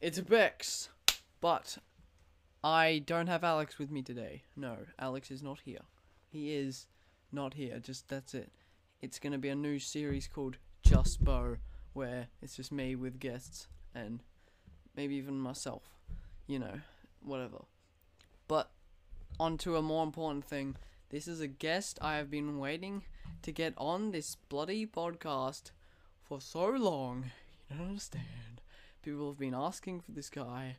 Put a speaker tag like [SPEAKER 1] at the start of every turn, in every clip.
[SPEAKER 1] It's Bex, but I don't have Alex with me today. No, Alex is not here. He is not here. Just that's it. It's gonna be a new series called Just Bo, where it's just me with guests and maybe even myself. You know, whatever. But onto a more important thing. This is a guest I have been waiting to get on this bloody podcast for so long. You don't understand. People have been asking for this guy.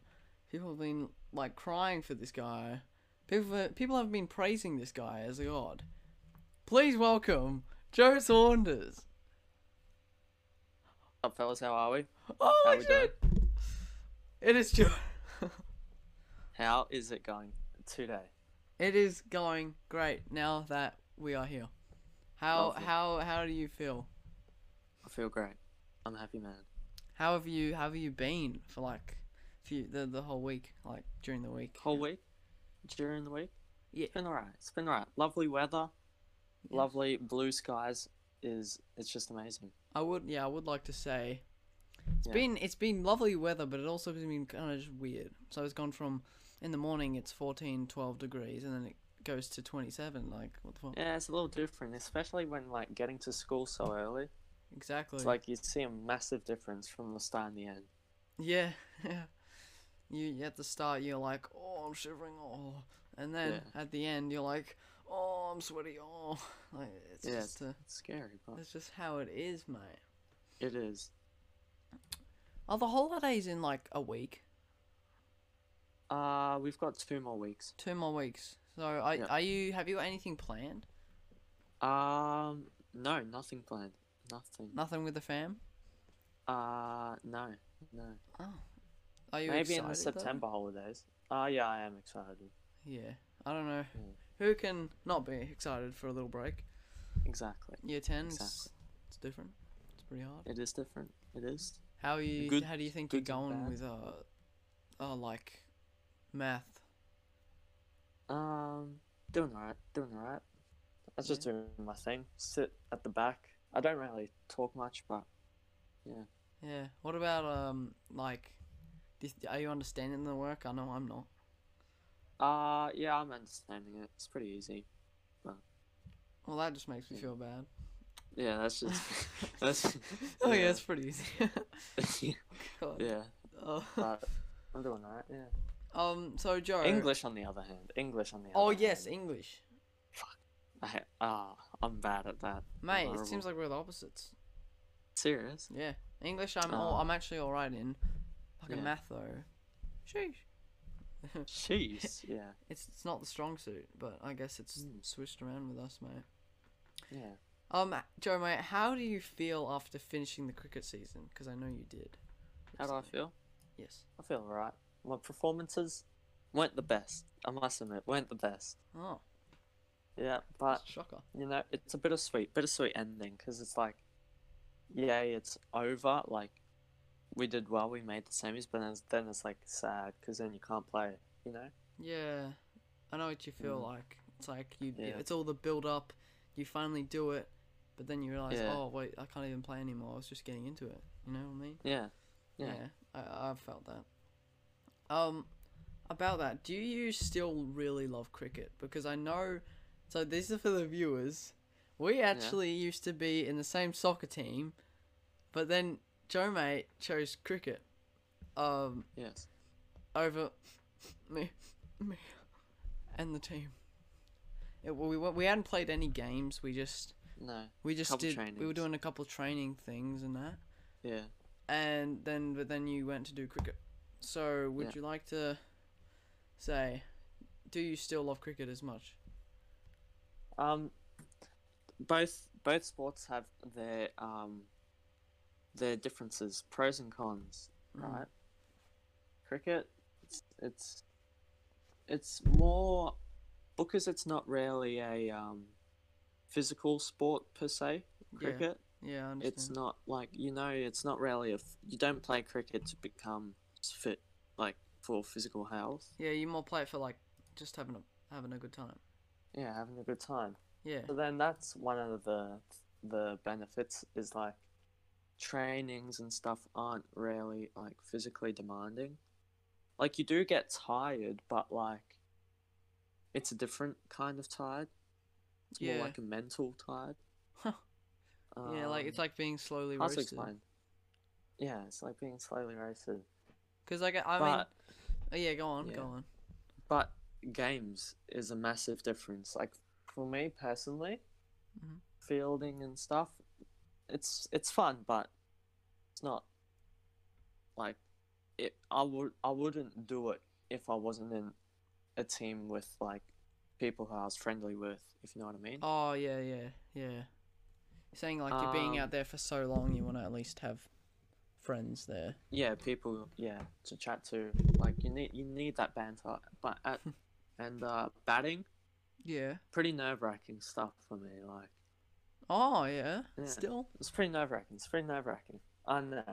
[SPEAKER 1] People have been like crying for this guy. People people have been praising this guy as a god. Please welcome Joe Saunders.
[SPEAKER 2] Up, fellas, how are we?
[SPEAKER 1] Oh
[SPEAKER 2] How
[SPEAKER 1] my
[SPEAKER 2] we
[SPEAKER 1] shit! It is Joe.
[SPEAKER 2] How is it going today?
[SPEAKER 1] It is going great now that we are here. How
[SPEAKER 2] Lovely.
[SPEAKER 1] how how do you feel?
[SPEAKER 2] I feel great. I'm a happy man.
[SPEAKER 1] How have you how have you been for like few the the whole week like during the week?
[SPEAKER 2] Whole week? During the week?
[SPEAKER 1] Yeah.
[SPEAKER 2] It's been alright. It's been alright. Lovely weather,
[SPEAKER 1] Yeah.
[SPEAKER 2] lovely blue skies. Is It's just amazing.
[SPEAKER 1] I would yeah I would like to say it's
[SPEAKER 2] Yeah.
[SPEAKER 1] been it's been lovely weather but it also has been kind of just weird. So it's gone from in the morning it's 14 12 degrees and then it goes to 27 like what the fuck
[SPEAKER 2] Yeah, it's a little different, especially when like getting to school so early.
[SPEAKER 1] exactly
[SPEAKER 2] It's like you see a massive difference from the start and the end.
[SPEAKER 1] yeah yeah you at the start you're like oh I'm shivering oh and then at the end you're like oh I'm sweaty oh like it's
[SPEAKER 2] Yeah,
[SPEAKER 1] just uh,
[SPEAKER 2] It's scary, but
[SPEAKER 1] that's just how it is mate.
[SPEAKER 2] it is.
[SPEAKER 1] Are the holidays in like a week?
[SPEAKER 2] Uh, we've got two more weeks.
[SPEAKER 1] Two more weeks. So I
[SPEAKER 2] Yeah.
[SPEAKER 1] are you have you got anything planned?
[SPEAKER 2] Um, no, nothing planned. Nothing.
[SPEAKER 1] Nothing with the fam?
[SPEAKER 2] Uh, no, no.
[SPEAKER 1] Oh. Are you
[SPEAKER 2] Maybe
[SPEAKER 1] excited,
[SPEAKER 2] in the
[SPEAKER 1] though?
[SPEAKER 2] September holidays. Oh, yeah, I am excited.
[SPEAKER 1] Yeah. I don't know.
[SPEAKER 2] Mm.
[SPEAKER 1] Who can not be excited for a little break?
[SPEAKER 2] Exactly.
[SPEAKER 1] Year ten it's,
[SPEAKER 2] Exactly.
[SPEAKER 1] it's different. It's pretty hard.
[SPEAKER 2] It is different. It is.
[SPEAKER 1] How are you
[SPEAKER 2] Good-
[SPEAKER 1] how do you think you're
[SPEAKER 2] good and
[SPEAKER 1] going
[SPEAKER 2] bad.
[SPEAKER 1] with uh uh like math?
[SPEAKER 2] Um, doing alright. Doing alright. I just
[SPEAKER 1] Yeah.
[SPEAKER 2] do my thing. Sit at the back. I don't really talk much, but
[SPEAKER 1] Yeah. What about um like this, are you understanding the work? I know I'm not.
[SPEAKER 2] uh, yeah, I'm understanding it. It's pretty easy.
[SPEAKER 1] Well that just makes me
[SPEAKER 2] Yeah.
[SPEAKER 1] feel bad.
[SPEAKER 2] Yeah, that's just. that's.
[SPEAKER 1] Oh yeah, it's pretty easy.
[SPEAKER 2] yeah.
[SPEAKER 1] God.
[SPEAKER 2] yeah,
[SPEAKER 1] Oh.
[SPEAKER 2] but I'm doing alright. Yeah.
[SPEAKER 1] Um. So Joe.
[SPEAKER 2] English on the other hand. English on the.
[SPEAKER 1] Oh
[SPEAKER 2] other
[SPEAKER 1] yes,
[SPEAKER 2] Hand.
[SPEAKER 1] English.
[SPEAKER 2] I ha- ah, I'm bad at that. I'm
[SPEAKER 1] Mate,
[SPEAKER 2] horrible.
[SPEAKER 1] it seems like we're the opposites.
[SPEAKER 2] serious.
[SPEAKER 1] Yeah, English. I'm. all,
[SPEAKER 2] Oh.
[SPEAKER 1] I'm actually all right in. Fucking
[SPEAKER 2] Yeah.
[SPEAKER 1] math though. Sheesh.
[SPEAKER 2] Jeez. Yeah.
[SPEAKER 1] It's it's not the strong suit, but I guess it's
[SPEAKER 2] Mm.
[SPEAKER 1] switched around with us, mate.
[SPEAKER 2] Yeah.
[SPEAKER 1] Um, Joe, mate, how do you feel after finishing the cricket season? Because I know you did.
[SPEAKER 2] How do I
[SPEAKER 1] recently.
[SPEAKER 2] feel?
[SPEAKER 1] Yes.
[SPEAKER 2] I feel alright. My performances weren't the best. I must admit, weren't the best.
[SPEAKER 1] Oh,
[SPEAKER 2] Yeah, but
[SPEAKER 1] shocker.
[SPEAKER 2] you know, it's a bittersweet, bittersweet ending because it's like, yeah, it's over. Like, we did well, we made the semis, but then it's, then it's like sad because then you can't play. You know?
[SPEAKER 1] Yeah, I know what you feel
[SPEAKER 2] Mm.
[SPEAKER 1] like. It's like you.
[SPEAKER 2] Yeah.
[SPEAKER 1] It's all the build up. You finally do it, but then you realize,
[SPEAKER 2] Yeah.
[SPEAKER 1] oh wait, I can't even play anymore. I was just getting into it. You know what I mean?
[SPEAKER 2] Yeah. Yeah.
[SPEAKER 1] I, I've felt that. Um, about that, do you still really love cricket? Because I know. So this is for the viewers. We actually used to be in the same soccer team, but then Joe mate chose cricket. Um,
[SPEAKER 2] Yes.
[SPEAKER 1] over me, me, and the team. It, we we we hadn't played any games. We just
[SPEAKER 2] No.
[SPEAKER 1] we just
[SPEAKER 2] Couple
[SPEAKER 1] did. We were
[SPEAKER 2] trainings.
[SPEAKER 1] doing a couple training things and that,
[SPEAKER 2] Yeah.
[SPEAKER 1] and then but then you went to do cricket. So would
[SPEAKER 2] Yeah.
[SPEAKER 1] you like to say, do you still love cricket as much?
[SPEAKER 2] Um, both both sports have their um their differences, pros and cons,
[SPEAKER 1] Mm.
[SPEAKER 2] right? Cricket, it's, it's it's more because it's not really a um physical sport per se. Cricket,
[SPEAKER 1] Yeah, I understand.
[SPEAKER 2] it's not like you know, it's not really if you don't play cricket to become fit, like for physical health.
[SPEAKER 1] Yeah, you more play it for like just having a having a good time.
[SPEAKER 2] Yeah, having a good time.
[SPEAKER 1] Yeah.
[SPEAKER 2] So then that's one of the the benefits is like trainings and stuff aren't really like physically demanding. Like you do get tired, but like it's a different kind of tired. It's
[SPEAKER 1] Yeah.
[SPEAKER 2] more like a mental tired.
[SPEAKER 1] yeah, like it's
[SPEAKER 2] Um,
[SPEAKER 1] like being slowly
[SPEAKER 2] hard to
[SPEAKER 1] roasted.
[SPEAKER 2] explain. Yeah, it's like being slowly roasted.
[SPEAKER 1] Because like I I mean,
[SPEAKER 2] But-
[SPEAKER 1] oh, yeah, go on,
[SPEAKER 2] Yeah.
[SPEAKER 1] go on.
[SPEAKER 2] But games is a massive difference. Like for me personally,
[SPEAKER 1] Mhm.
[SPEAKER 2] fielding and stuff, it's it's fun, but it's not like it. I would I wouldn't do it if I wasn't in a team with like people who I was friendly with. If you know what I mean?
[SPEAKER 1] Oh yeah, yeah, yeah. You're saying like you're being
[SPEAKER 2] Um,
[SPEAKER 1] out there for so long, you want to at least have friends there.
[SPEAKER 2] yeah people yeah to chat to like you need you need that banter but at and uh batting
[SPEAKER 1] Yeah.
[SPEAKER 2] pretty nerve-wracking stuff for me like
[SPEAKER 1] Oh yeah.
[SPEAKER 2] Yeah.
[SPEAKER 1] Still.
[SPEAKER 2] it's pretty nerve-wracking it's pretty nerve-wracking i know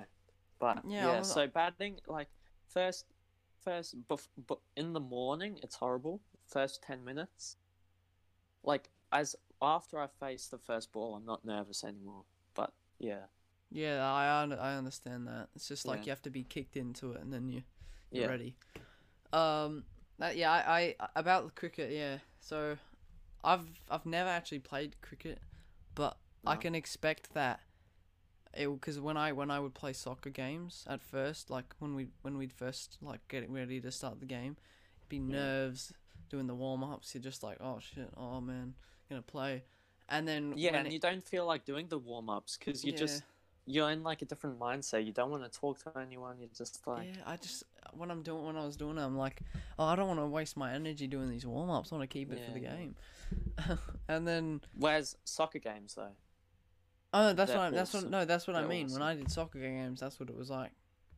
[SPEAKER 2] but
[SPEAKER 1] Yeah,
[SPEAKER 2] yeah,
[SPEAKER 1] I'm-
[SPEAKER 2] so batting like first first bef- but in the morning it's horrible first 10 minutes like as after i face the first ball i'm not nervous anymore but yeah
[SPEAKER 1] Yeah, I un- I understand that. It's just like
[SPEAKER 2] Yeah.
[SPEAKER 1] you have to be kicked into it, and then you you're
[SPEAKER 2] yeah
[SPEAKER 1] ready. Um. That, yeah. I, I about the cricket. Yeah. So, I've I've never actually played cricket, but I
[SPEAKER 2] No.
[SPEAKER 1] can expect that. It because when I when I would play soccer games at first, like when we when we'd first like get ready to start the game, it'd be nerves doing the warm ups. You're just like, oh shit, oh man, gonna play, and then
[SPEAKER 2] yeah
[SPEAKER 1] when
[SPEAKER 2] and
[SPEAKER 1] it-
[SPEAKER 2] you don't feel like doing the warm-ups because you
[SPEAKER 1] yeah.
[SPEAKER 2] just you're in like a different mindset. You don't want to talk to anyone. You're just like,
[SPEAKER 1] yeah, I just when I'm doing when I was doing it, I'm like, oh, I don't want to waste my energy doing these warm ups. I want to keep it for the
[SPEAKER 2] Yeah.
[SPEAKER 1] game. and then
[SPEAKER 2] where's soccer games though?
[SPEAKER 1] oh, that's
[SPEAKER 2] They're
[SPEAKER 1] what I, that's what
[SPEAKER 2] awesome.
[SPEAKER 1] no, that's what I
[SPEAKER 2] They're
[SPEAKER 1] mean.
[SPEAKER 2] awesome.
[SPEAKER 1] When I did soccer games, that's what it was like.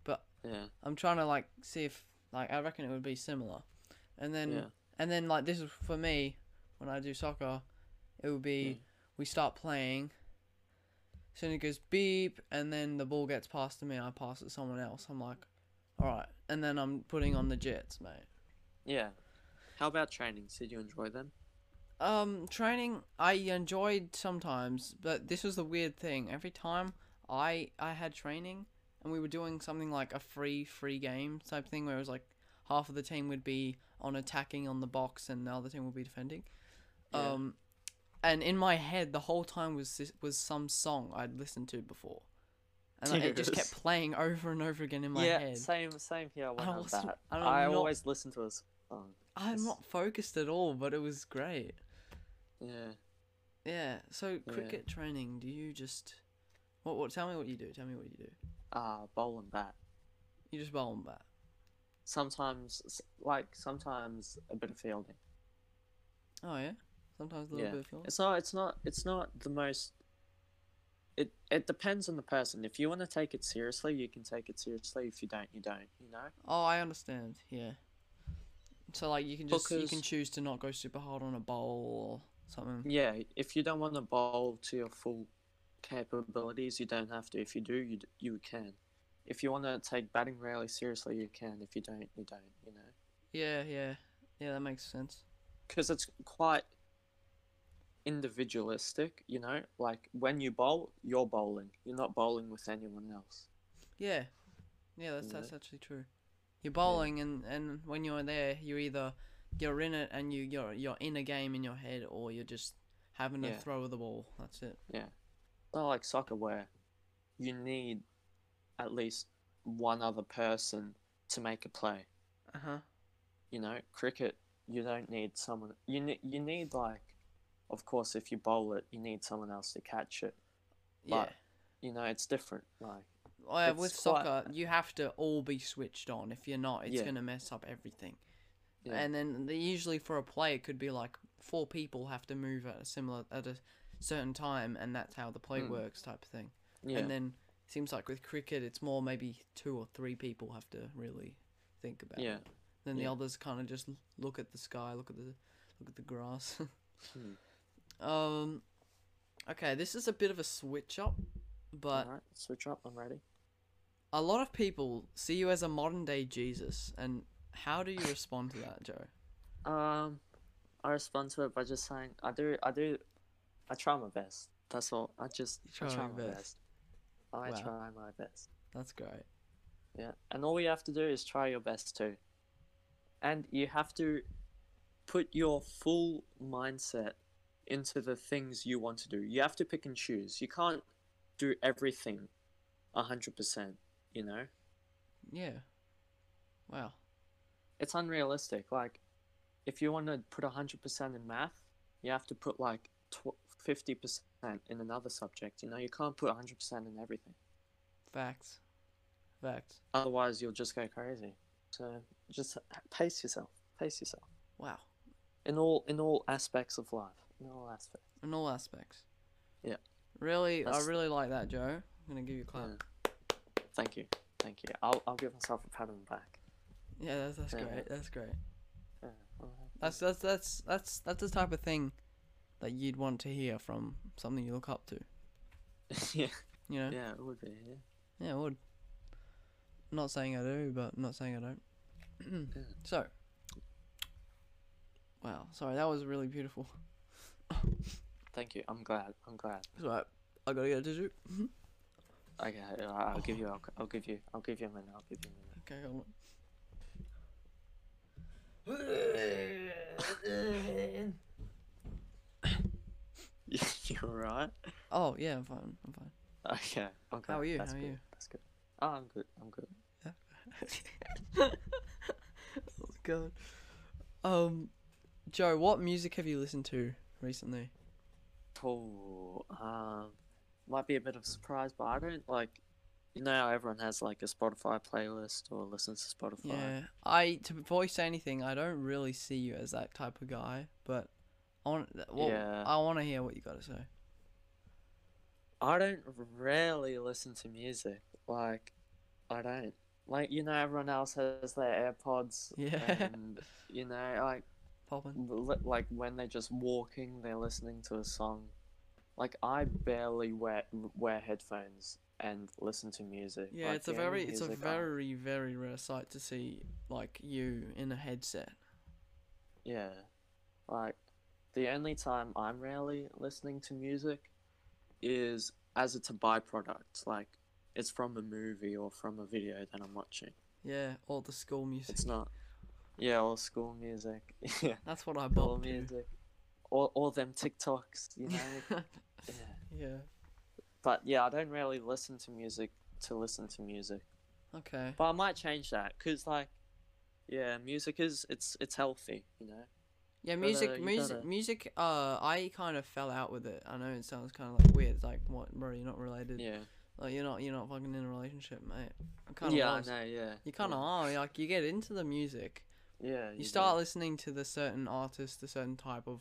[SPEAKER 1] But
[SPEAKER 2] Yeah,
[SPEAKER 1] I'm trying to like see if like I reckon it would be similar. And then
[SPEAKER 2] yeah,
[SPEAKER 1] and then like this is for me when I do soccer, it would be we start playing. Soon it goes beep, and then the ball gets passed to me. I pass it to someone else. I'm like, all right, and then I'm putting on the jets, mate.
[SPEAKER 2] yeah. How about trainings? Did you enjoy them?
[SPEAKER 1] Um, training I enjoyed sometimes, but this was the weird thing. Every time I I had training and we were doing something like a free free game type thing where it was like half of the team would be on attacking on the box and the other team would be defending.
[SPEAKER 2] Yeah.
[SPEAKER 1] Um and in my head the whole time was this, was some song I'd listened to before. And like, it just kept
[SPEAKER 2] Yes.
[SPEAKER 1] playing over and over again in my
[SPEAKER 2] yeah,
[SPEAKER 1] head.
[SPEAKER 2] same, same here. When
[SPEAKER 1] I
[SPEAKER 2] I was
[SPEAKER 1] wasn't-
[SPEAKER 2] that,
[SPEAKER 1] I'm
[SPEAKER 2] I
[SPEAKER 1] not-
[SPEAKER 2] always listen to a oh, song.
[SPEAKER 1] I'm
[SPEAKER 2] Yes.
[SPEAKER 1] not focused at all, but it was great.
[SPEAKER 2] Yeah.
[SPEAKER 1] Yeah. So
[SPEAKER 2] Yeah.
[SPEAKER 1] cricket training, do you just what what tell me what you do, tell me what you do.
[SPEAKER 2] Ah, bowl and bat.
[SPEAKER 1] You just bowl and bat.
[SPEAKER 2] Sometimes, s- like sometimes a bit of fielding.
[SPEAKER 1] Oh yeah? Sometimes a little
[SPEAKER 2] Yeah.
[SPEAKER 1] bit of fielding.
[SPEAKER 2] It's not. It's not. It's not the most. It it depends on the person. If you want to take it seriously, you can take it seriously. If you don't, you don't. You know.
[SPEAKER 1] Oh I understand, yeah. So like you can just you can
[SPEAKER 2] Because-
[SPEAKER 1] choose to not go super hard on a bowl or something.
[SPEAKER 2] Yeah, if you don't want to bowl to your full capabilities, you don't have to. If you do, you d- you can. If you want to take batting really seriously, you can. If you don't, you don't. You know,
[SPEAKER 1] Yeah, yeah. Yeah, that makes sense.
[SPEAKER 2] because it's quite individualistic. You know, like when you bowl, you're bowling. You're not bowling with anyone else.
[SPEAKER 1] Yeah. Yeah, that's
[SPEAKER 2] Yeah.
[SPEAKER 1] that's actually true. You're bowling and, and when you're there you're either you're in it and you you're you're in a game in your head or you're just having to
[SPEAKER 2] Yeah.
[SPEAKER 1] throw the ball. That's it.
[SPEAKER 2] Not like soccer where you need at least one other person to make a play.
[SPEAKER 1] Uh
[SPEAKER 2] Uh-huh.
[SPEAKER 1] huh.
[SPEAKER 2] you know, cricket, you don't need someone. You ne- you need like, of course, if you bowl it, you need someone else to catch it.
[SPEAKER 1] Yeah.
[SPEAKER 2] But- You know, it's different. Like,
[SPEAKER 1] Uh,
[SPEAKER 2] It's
[SPEAKER 1] with
[SPEAKER 2] quite-
[SPEAKER 1] soccer, you have to all be switched on. If you're not, it's
[SPEAKER 2] Yeah.
[SPEAKER 1] gonna mess up everything.
[SPEAKER 2] Yeah.
[SPEAKER 1] And then they, usually for a play, it could be like four people have to move at a similar at a certain time, and that's how the play
[SPEAKER 2] Mm.
[SPEAKER 1] works, type of thing.
[SPEAKER 2] yeah,
[SPEAKER 1] And then seems like with cricket, it's more maybe two or three people have to really think about.
[SPEAKER 2] yeah,
[SPEAKER 1] It. Then the
[SPEAKER 2] yeah.
[SPEAKER 1] others kind of just l- look at the sky, look at the look at the grass.
[SPEAKER 2] Hmm.
[SPEAKER 1] um, okay, this is a bit of a switch up, but
[SPEAKER 2] All right, switch up. I'm ready.
[SPEAKER 1] a lot of people see you as a modern day Jesus, and how do you respond to that, Joe?
[SPEAKER 2] Um, I respond to it by just saying, I do, I do, I try my best. That's all. I just
[SPEAKER 1] You
[SPEAKER 2] I
[SPEAKER 1] try
[SPEAKER 2] try
[SPEAKER 1] your
[SPEAKER 2] my
[SPEAKER 1] best.
[SPEAKER 2] best. I
[SPEAKER 1] Wow.
[SPEAKER 2] try my best.
[SPEAKER 1] That's great.
[SPEAKER 2] Yeah, and all you have to do is try your best too. And you have to put your full mindset into the things you want to do. You have to pick and choose. You can't do everything 100%, you know?
[SPEAKER 1] Yeah. Wow.
[SPEAKER 2] It's unrealistic. Like, if you want to put 100% in math, you have to put like tw- 50% in another subject, you know? You can't put 100% in everything.
[SPEAKER 1] Facts. Facts.
[SPEAKER 2] Otherwise, you'll just go crazy. So just pace yourself. Pace yourself.
[SPEAKER 1] Wow.
[SPEAKER 2] in all in all aspects of life. In all aspects.
[SPEAKER 1] In all aspects.
[SPEAKER 2] Yeah.
[SPEAKER 1] Really,
[SPEAKER 2] That's-
[SPEAKER 1] I really like that, Joe. I'm gonna give you a clap.
[SPEAKER 2] Thank you, thank you. I'll I'll give myself a pat on the back.
[SPEAKER 1] Yeah, that's that's
[SPEAKER 2] Yeah.
[SPEAKER 1] great. That's great.
[SPEAKER 2] Yeah, alright.
[SPEAKER 1] That's that's that's that's that's the type of thing that you'd want to hear from something you look up to.
[SPEAKER 2] yeah,
[SPEAKER 1] You know. Yeah,
[SPEAKER 2] yeah, it would be. Yeah.
[SPEAKER 1] I would. Not saying I do, but not saying I don't.
[SPEAKER 2] Yeah.
[SPEAKER 1] so. Wow. Sorry, that was really beautiful.
[SPEAKER 2] Thank you. I'm glad. I'm glad.
[SPEAKER 1] It's alright. I gotta get a tissue.
[SPEAKER 2] Okay, I- I'll give you. I'll, I'll give you. I'll give you a minute. I'll give you a minute.
[SPEAKER 1] Okay, hold on.
[SPEAKER 2] you alright?
[SPEAKER 1] Oh yeah, I'm fine. I'm fine.
[SPEAKER 2] Okay. Oh, Okay.
[SPEAKER 1] How are you?
[SPEAKER 2] That's
[SPEAKER 1] How are
[SPEAKER 2] good.
[SPEAKER 1] you?
[SPEAKER 2] That's good. Oh, I'm good. I'm good.
[SPEAKER 1] oh god. Um, Joe, what music have you listened to recently?
[SPEAKER 2] Oh, um, might be a bit of a surprise, but I don't like. You know, how everyone has like a Spotify playlist or listens to Spotify.
[SPEAKER 1] Yeah, I to voice anything, I don't really see you as that type of guy, but I want well,
[SPEAKER 2] Yeah.
[SPEAKER 1] I want to hear what you got to say.
[SPEAKER 2] I don't rarely listen to music. Like, I don't. Like, you know, everyone else has their AirPods.
[SPEAKER 1] Yeah.
[SPEAKER 2] And, you know, like,
[SPEAKER 1] Poppin.
[SPEAKER 2] li- like when they're just walking, they're listening to a song. Like, I barely wear wear headphones and listen to music.
[SPEAKER 1] Yeah,
[SPEAKER 2] Like,
[SPEAKER 1] it's a
[SPEAKER 2] the only
[SPEAKER 1] very it's a
[SPEAKER 2] music I-
[SPEAKER 1] very very rare sight to see like you in a headset.
[SPEAKER 2] Yeah. Like, the only time I'm really listening to music is as it's a byproduct. Like, it's from a movie or from a video that I'm watching.
[SPEAKER 1] Yeah, all the school music.
[SPEAKER 2] It's not. Yeah, or school music. Yeah,
[SPEAKER 1] That's what I
[SPEAKER 2] school
[SPEAKER 1] bought.
[SPEAKER 2] music. Or, or them TikToks, you know? yeah.
[SPEAKER 1] yeah.
[SPEAKER 2] But yeah, I don't really listen to music to listen to music.
[SPEAKER 1] Okay.
[SPEAKER 2] But I might change that because, like, yeah, music is it's it's healthy, you know.
[SPEAKER 1] Yeah,
[SPEAKER 2] Gotta-
[SPEAKER 1] music,
[SPEAKER 2] you
[SPEAKER 1] music,
[SPEAKER 2] gotta-
[SPEAKER 1] music. Uh, I kind of fell out with it. I know it sounds kind of like weird. It's like, what, bro? You're not related.
[SPEAKER 2] Yeah. Like,
[SPEAKER 1] Like, you're not, you're not fucking in a relationship, mate. I kind of
[SPEAKER 2] yeah,
[SPEAKER 1] was.
[SPEAKER 2] I know. Yeah.
[SPEAKER 1] You kind of are. Like, you get into the music.
[SPEAKER 2] Yeah. Yeah.
[SPEAKER 1] You
[SPEAKER 2] do.
[SPEAKER 1] start listening to the certain artist, the certain type of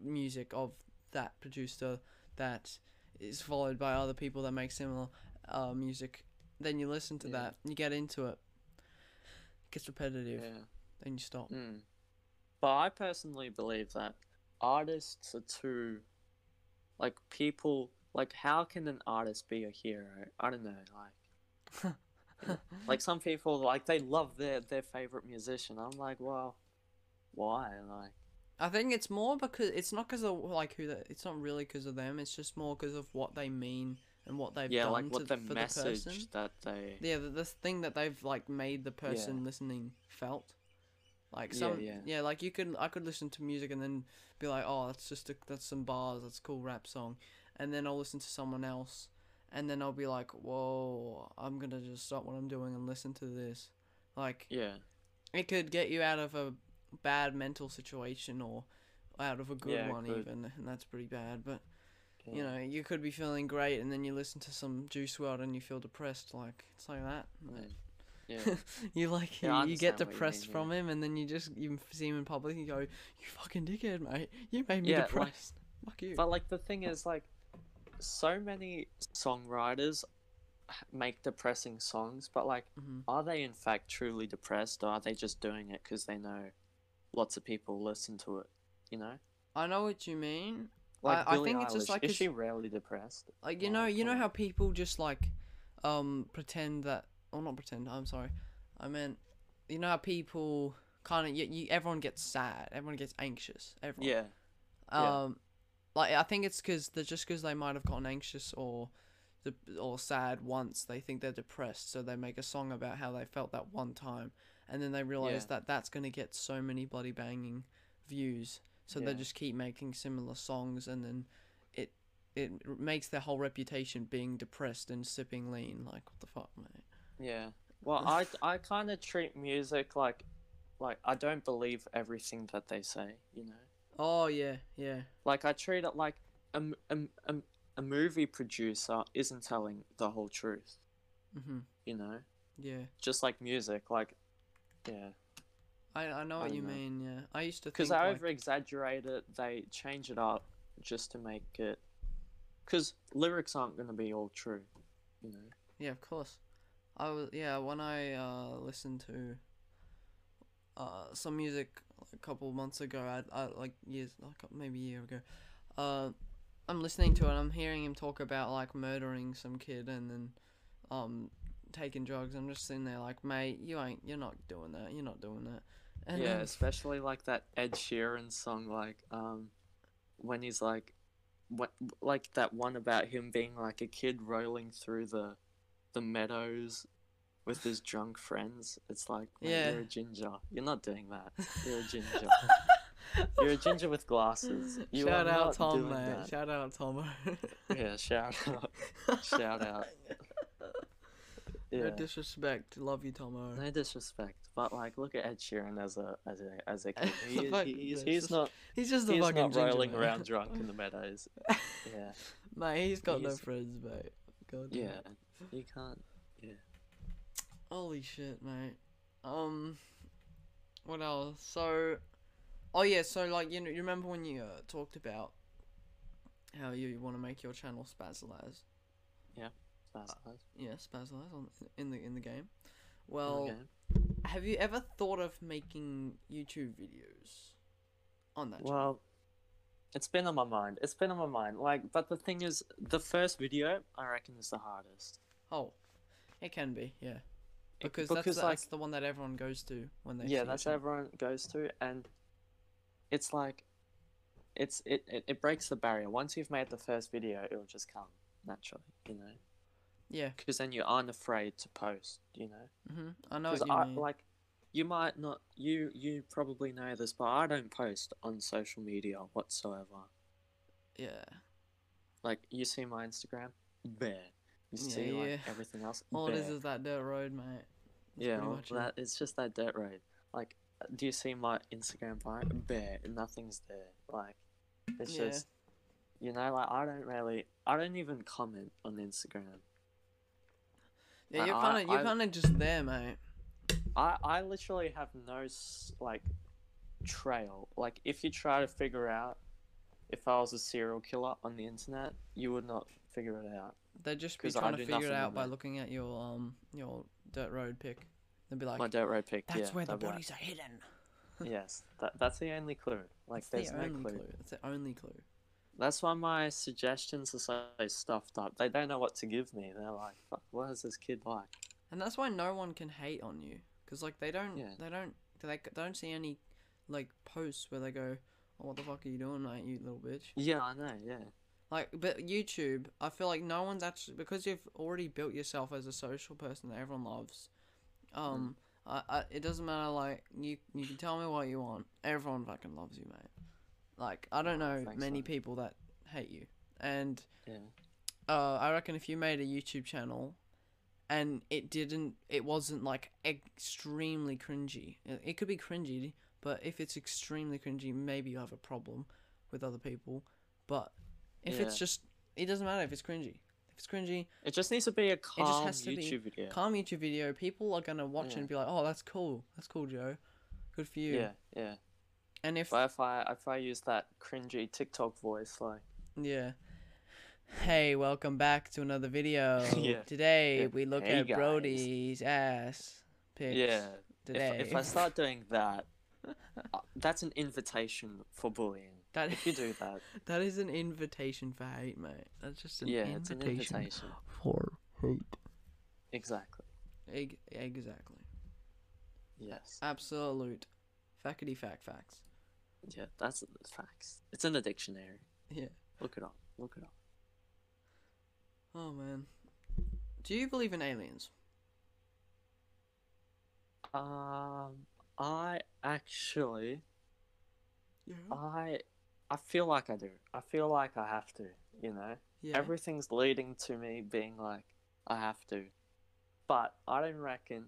[SPEAKER 1] music of that producer that is followed by other people that make similar uh, music. Then you listen to
[SPEAKER 2] Yeah.
[SPEAKER 1] that. You get into it. It gets repetitive.
[SPEAKER 2] Yeah.
[SPEAKER 1] Then you stop.
[SPEAKER 2] Mm. But I personally believe that artists are too, like people. Like, how can an artist be a hero? I don't know. Like, like some people like they love their their favorite musician. I'm like, well, why? Like,
[SPEAKER 1] I think it's more because it's not because of like who they, it's not really because of them. It's just more because of what they mean and what they've
[SPEAKER 2] yeah,
[SPEAKER 1] done
[SPEAKER 2] like
[SPEAKER 1] to
[SPEAKER 2] what the
[SPEAKER 1] the, for
[SPEAKER 2] message
[SPEAKER 1] the person.
[SPEAKER 2] that they.
[SPEAKER 1] Yeah, the, the thing that they've like made the person listening felt. Like
[SPEAKER 2] Yeah,
[SPEAKER 1] some, yeah,
[SPEAKER 2] yeah.
[SPEAKER 1] like you could I could listen to music and then be like, oh, that's just a, that's some bars, that's a cool rap song, and then I'll listen to someone else, and then I'll be like, whoa, I'm gonna just stop what I'm doing and listen to this, like
[SPEAKER 2] Yeah.
[SPEAKER 1] it could get you out of a bad mental situation or out of a good
[SPEAKER 2] Yeah, it
[SPEAKER 1] one
[SPEAKER 2] could.
[SPEAKER 1] even and that's pretty bad but
[SPEAKER 2] yeah.
[SPEAKER 1] you know you could be feeling great and then you listen to some juice world and you feel depressed like it's like that
[SPEAKER 2] Mm.
[SPEAKER 1] like,
[SPEAKER 2] Yeah.
[SPEAKER 1] you like
[SPEAKER 2] Yeah, I
[SPEAKER 1] you, you get
[SPEAKER 2] understand what you mean,
[SPEAKER 1] depressed
[SPEAKER 2] yeah.
[SPEAKER 1] from him and then you just you see him in public and you go you fucking dickhead mate you made me
[SPEAKER 2] Yeah, like-
[SPEAKER 1] depressed fuck you
[SPEAKER 2] But like the thing is, like, so many songwriters make depressing songs, but like,
[SPEAKER 1] Mhm.
[SPEAKER 2] are they in fact truly depressed, or are they just doing it because they know lots of people listen to it? You know,
[SPEAKER 1] i know what you mean
[SPEAKER 2] like
[SPEAKER 1] I- I
[SPEAKER 2] Billie
[SPEAKER 1] think it's just
[SPEAKER 2] Eilish,
[SPEAKER 1] like
[SPEAKER 2] is
[SPEAKER 1] 'cause-
[SPEAKER 2] she really depressed?
[SPEAKER 1] Like you
[SPEAKER 2] Oh,
[SPEAKER 1] know, you know
[SPEAKER 2] cool.
[SPEAKER 1] how people just like um pretend that or not pretend, I'm sorry. I meant you know how people kind of you, you everyone gets sad, everyone gets anxious, everyone.
[SPEAKER 2] Yeah,
[SPEAKER 1] Um
[SPEAKER 2] yeah.
[SPEAKER 1] like I think it's cuz they're just cuz they might have gotten anxious or the or sad once. They think they're depressed, so they make a song about how they felt that one time, and then they realize
[SPEAKER 2] Yeah.
[SPEAKER 1] that that's gonna get so many bloody banging views. So they
[SPEAKER 2] Yeah.
[SPEAKER 1] just keep making similar songs, and then it it r- makes their whole reputation being depressed and sipping lean. Like what the fuck, mate?
[SPEAKER 2] Yeah. Well, I I kind of treat music like like I don't believe everything that they say, you know.
[SPEAKER 1] Oh yeah, yeah.
[SPEAKER 2] Like I treat it like a m- a m- a m- a movie producer isn't telling the whole truth,
[SPEAKER 1] Mhm.
[SPEAKER 2] you know.
[SPEAKER 1] Yeah.
[SPEAKER 2] Just like music, like yeah,
[SPEAKER 1] I I know
[SPEAKER 2] I
[SPEAKER 1] what
[SPEAKER 2] don't
[SPEAKER 1] you
[SPEAKER 2] know.
[SPEAKER 1] mean. Yeah. I used to think
[SPEAKER 2] because they
[SPEAKER 1] like,
[SPEAKER 2] over exaggerate it, they change it up just to make it. Because lyrics aren't gonna be all true, you know.
[SPEAKER 1] Yeah, of course. I was yeah when I uh, listened to uh, some music a couple months ago. I, I like years like maybe a year ago. Uh, I'm listening to it. I'm hearing him talk about like murdering some kid and then um taking drugs. I'm just sitting there like, mate, you ain't you're not doing that. You're not doing that. And
[SPEAKER 2] yeah,
[SPEAKER 1] then-
[SPEAKER 2] especially like that Ed Sheeran song, like um, when he's like, what, like that one about him being like a kid rolling through the, the meadows, with his drunk friends. It's like, man,
[SPEAKER 1] Yeah.
[SPEAKER 2] you're a ginger. You're not doing that. You're a ginger. you're a ginger with glasses. You
[SPEAKER 1] Shout
[SPEAKER 2] are
[SPEAKER 1] out
[SPEAKER 2] not
[SPEAKER 1] Tom,
[SPEAKER 2] doing
[SPEAKER 1] man.
[SPEAKER 2] that.
[SPEAKER 1] Shout out Tom.
[SPEAKER 2] Yeah, shout out. Shout out.
[SPEAKER 1] No
[SPEAKER 2] Yeah.
[SPEAKER 1] disrespect. Love you, Tomo.
[SPEAKER 2] No disrespect, but like, look at Ed Sheeran as a as a as a kid. He,
[SPEAKER 1] Fuck
[SPEAKER 2] he-
[SPEAKER 1] this.
[SPEAKER 2] he's, he's not
[SPEAKER 1] He's just a
[SPEAKER 2] he's
[SPEAKER 1] fucking
[SPEAKER 2] not
[SPEAKER 1] ginger,
[SPEAKER 2] rolling
[SPEAKER 1] man.
[SPEAKER 2] around drunk in the meadows. Yeah,
[SPEAKER 1] mate, he's got no
[SPEAKER 2] He's-
[SPEAKER 1] friends, mate. God damn
[SPEAKER 2] yeah.
[SPEAKER 1] it.
[SPEAKER 2] You can't.
[SPEAKER 1] Holy shit, mate. Um, what else? So, oh yeah, so like you know, you remember when you uh, talked about how you want to make your channel Spazzlaz? Uh,
[SPEAKER 2] That's nice.
[SPEAKER 1] Yeah, Spazzlaz on in the in the game. Well,
[SPEAKER 2] Okay.
[SPEAKER 1] have you ever thought of making YouTube videos on that? channel?
[SPEAKER 2] Well, it's been on my mind. It's been on my mind. Like, but the thing is, the first video I reckon is the hardest.
[SPEAKER 1] Oh, it can be, yeah.
[SPEAKER 2] It-
[SPEAKER 1] Because, that's,
[SPEAKER 2] because,
[SPEAKER 1] the-
[SPEAKER 2] like-
[SPEAKER 1] that's the one that everyone goes to when they see
[SPEAKER 2] yeah,
[SPEAKER 1] your
[SPEAKER 2] that's
[SPEAKER 1] channel.
[SPEAKER 2] everyone goes to, and it's like, it's it, it it breaks the barrier. Once you've made the first video, it'll just come naturally, you know.
[SPEAKER 1] yeah.
[SPEAKER 2] Because then you aren't afraid to post, you know.
[SPEAKER 1] hmm I know
[SPEAKER 2] 'Cause
[SPEAKER 1] what you
[SPEAKER 2] I,
[SPEAKER 1] mean.
[SPEAKER 2] like you might not you you probably know this but i don't post on social media whatsoever
[SPEAKER 1] yeah.
[SPEAKER 2] like you see my instagram bare you
[SPEAKER 1] Yeah,
[SPEAKER 2] see like
[SPEAKER 1] yeah.
[SPEAKER 2] everything else
[SPEAKER 1] All it is
[SPEAKER 2] bare.
[SPEAKER 1] is that dirt road, mate. That's
[SPEAKER 2] yeah
[SPEAKER 1] pretty
[SPEAKER 2] well,
[SPEAKER 1] much it.
[SPEAKER 2] that, it's just that dirt road like do you see my instagram bio bare nothing's there like it's
[SPEAKER 1] Yeah.
[SPEAKER 2] just you know like i don't really i don't even comment on instagram
[SPEAKER 1] Yeah,
[SPEAKER 2] I-
[SPEAKER 1] you're
[SPEAKER 2] I-
[SPEAKER 1] kind of you're
[SPEAKER 2] I-
[SPEAKER 1] kind of just there, mate.
[SPEAKER 2] I I literally have no s- like trail. Like if you try to figure out if I was a serial killer on the internet, you would not figure it out.
[SPEAKER 1] They'd just be
[SPEAKER 2] 'Cause I
[SPEAKER 1] trying to
[SPEAKER 2] do
[SPEAKER 1] figure it
[SPEAKER 2] nothing
[SPEAKER 1] out
[SPEAKER 2] with
[SPEAKER 1] by
[SPEAKER 2] it.
[SPEAKER 1] looking at your um your dirt road pic. They'd be like,
[SPEAKER 2] My dirt road pick.
[SPEAKER 1] "That's
[SPEAKER 2] yeah,
[SPEAKER 1] where the
[SPEAKER 2] that'd be
[SPEAKER 1] bodies are hidden."
[SPEAKER 2] right. yes, that, that's the only clue. Like
[SPEAKER 1] That's
[SPEAKER 2] there's
[SPEAKER 1] the
[SPEAKER 2] no
[SPEAKER 1] only
[SPEAKER 2] clue.
[SPEAKER 1] That's the only clue.
[SPEAKER 2] That's why my suggestions are so stuffed up. They don't know what to give me. They're like, Fuck, what is this kid like?
[SPEAKER 1] And that's why no one can hate on you, cause like they don't
[SPEAKER 2] Yeah.
[SPEAKER 1] they don't they c- don't see any like posts where they go, "Oh, what the fuck are you doing, mate? You little bitch."
[SPEAKER 2] Yeah, I know. Yeah,
[SPEAKER 1] Like, but YouTube, I feel like no one's actually because you've already built yourself as a social person that everyone loves. Um, I, I, it doesn't matter. Like, you you can tell me what you want. Everyone fucking loves you, mate. Like, I don't know
[SPEAKER 2] thanks,
[SPEAKER 1] many
[SPEAKER 2] man.
[SPEAKER 1] people that hate you, and
[SPEAKER 2] yeah,
[SPEAKER 1] uh, I reckon if you made a YouTube channel, and it didn't, it wasn't like extremely cringy. It, it could be cringy, but if it's extremely cringy, maybe you have a problem with other people. But if it's
[SPEAKER 2] Yeah.
[SPEAKER 1] just, it doesn't matter if it's cringy. If it's cringy,
[SPEAKER 2] it just needs to be a
[SPEAKER 1] just
[SPEAKER 2] calm
[SPEAKER 1] has to be
[SPEAKER 2] YouTube video.
[SPEAKER 1] calm YouTube video. People are gonna watch it
[SPEAKER 2] Yeah.
[SPEAKER 1] and be like, "Oh, that's cool. That's cool, Joe. Good for you."
[SPEAKER 2] Yeah, yeah.
[SPEAKER 1] And if
[SPEAKER 2] But if I if I use that cringy TikTok voice, like.
[SPEAKER 1] Yeah. Hey, welcome back to another video.
[SPEAKER 2] Yeah.
[SPEAKER 1] Today
[SPEAKER 2] Yeah.
[SPEAKER 1] we look
[SPEAKER 2] Hey,
[SPEAKER 1] at
[SPEAKER 2] guys.
[SPEAKER 1] Brody's ass pics.
[SPEAKER 2] Yeah.
[SPEAKER 1] Today.
[SPEAKER 2] If, if I start doing that, uh, that's an invitation for bullying.
[SPEAKER 1] that,
[SPEAKER 2] If you do that,
[SPEAKER 1] that is an invitation for hate, mate. That's just an
[SPEAKER 2] yeah, it's an
[SPEAKER 1] invitation
[SPEAKER 2] invitation.
[SPEAKER 1] for hate.
[SPEAKER 2] Exactly.
[SPEAKER 1] Eg- exactly.
[SPEAKER 2] Yes.
[SPEAKER 1] Absolute fackety fact facts.
[SPEAKER 2] Yeah, that's the facts. It's in the dictionary.
[SPEAKER 1] Yeah.
[SPEAKER 2] Look it up. Look it up.
[SPEAKER 1] Oh man. Do you believe in aliens?
[SPEAKER 2] Um, I actually,
[SPEAKER 1] Yeah.
[SPEAKER 2] I, I feel like I do. I feel like I have to. You know,
[SPEAKER 1] yeah.
[SPEAKER 2] everything's leading to me being like I have to, but I don't reckon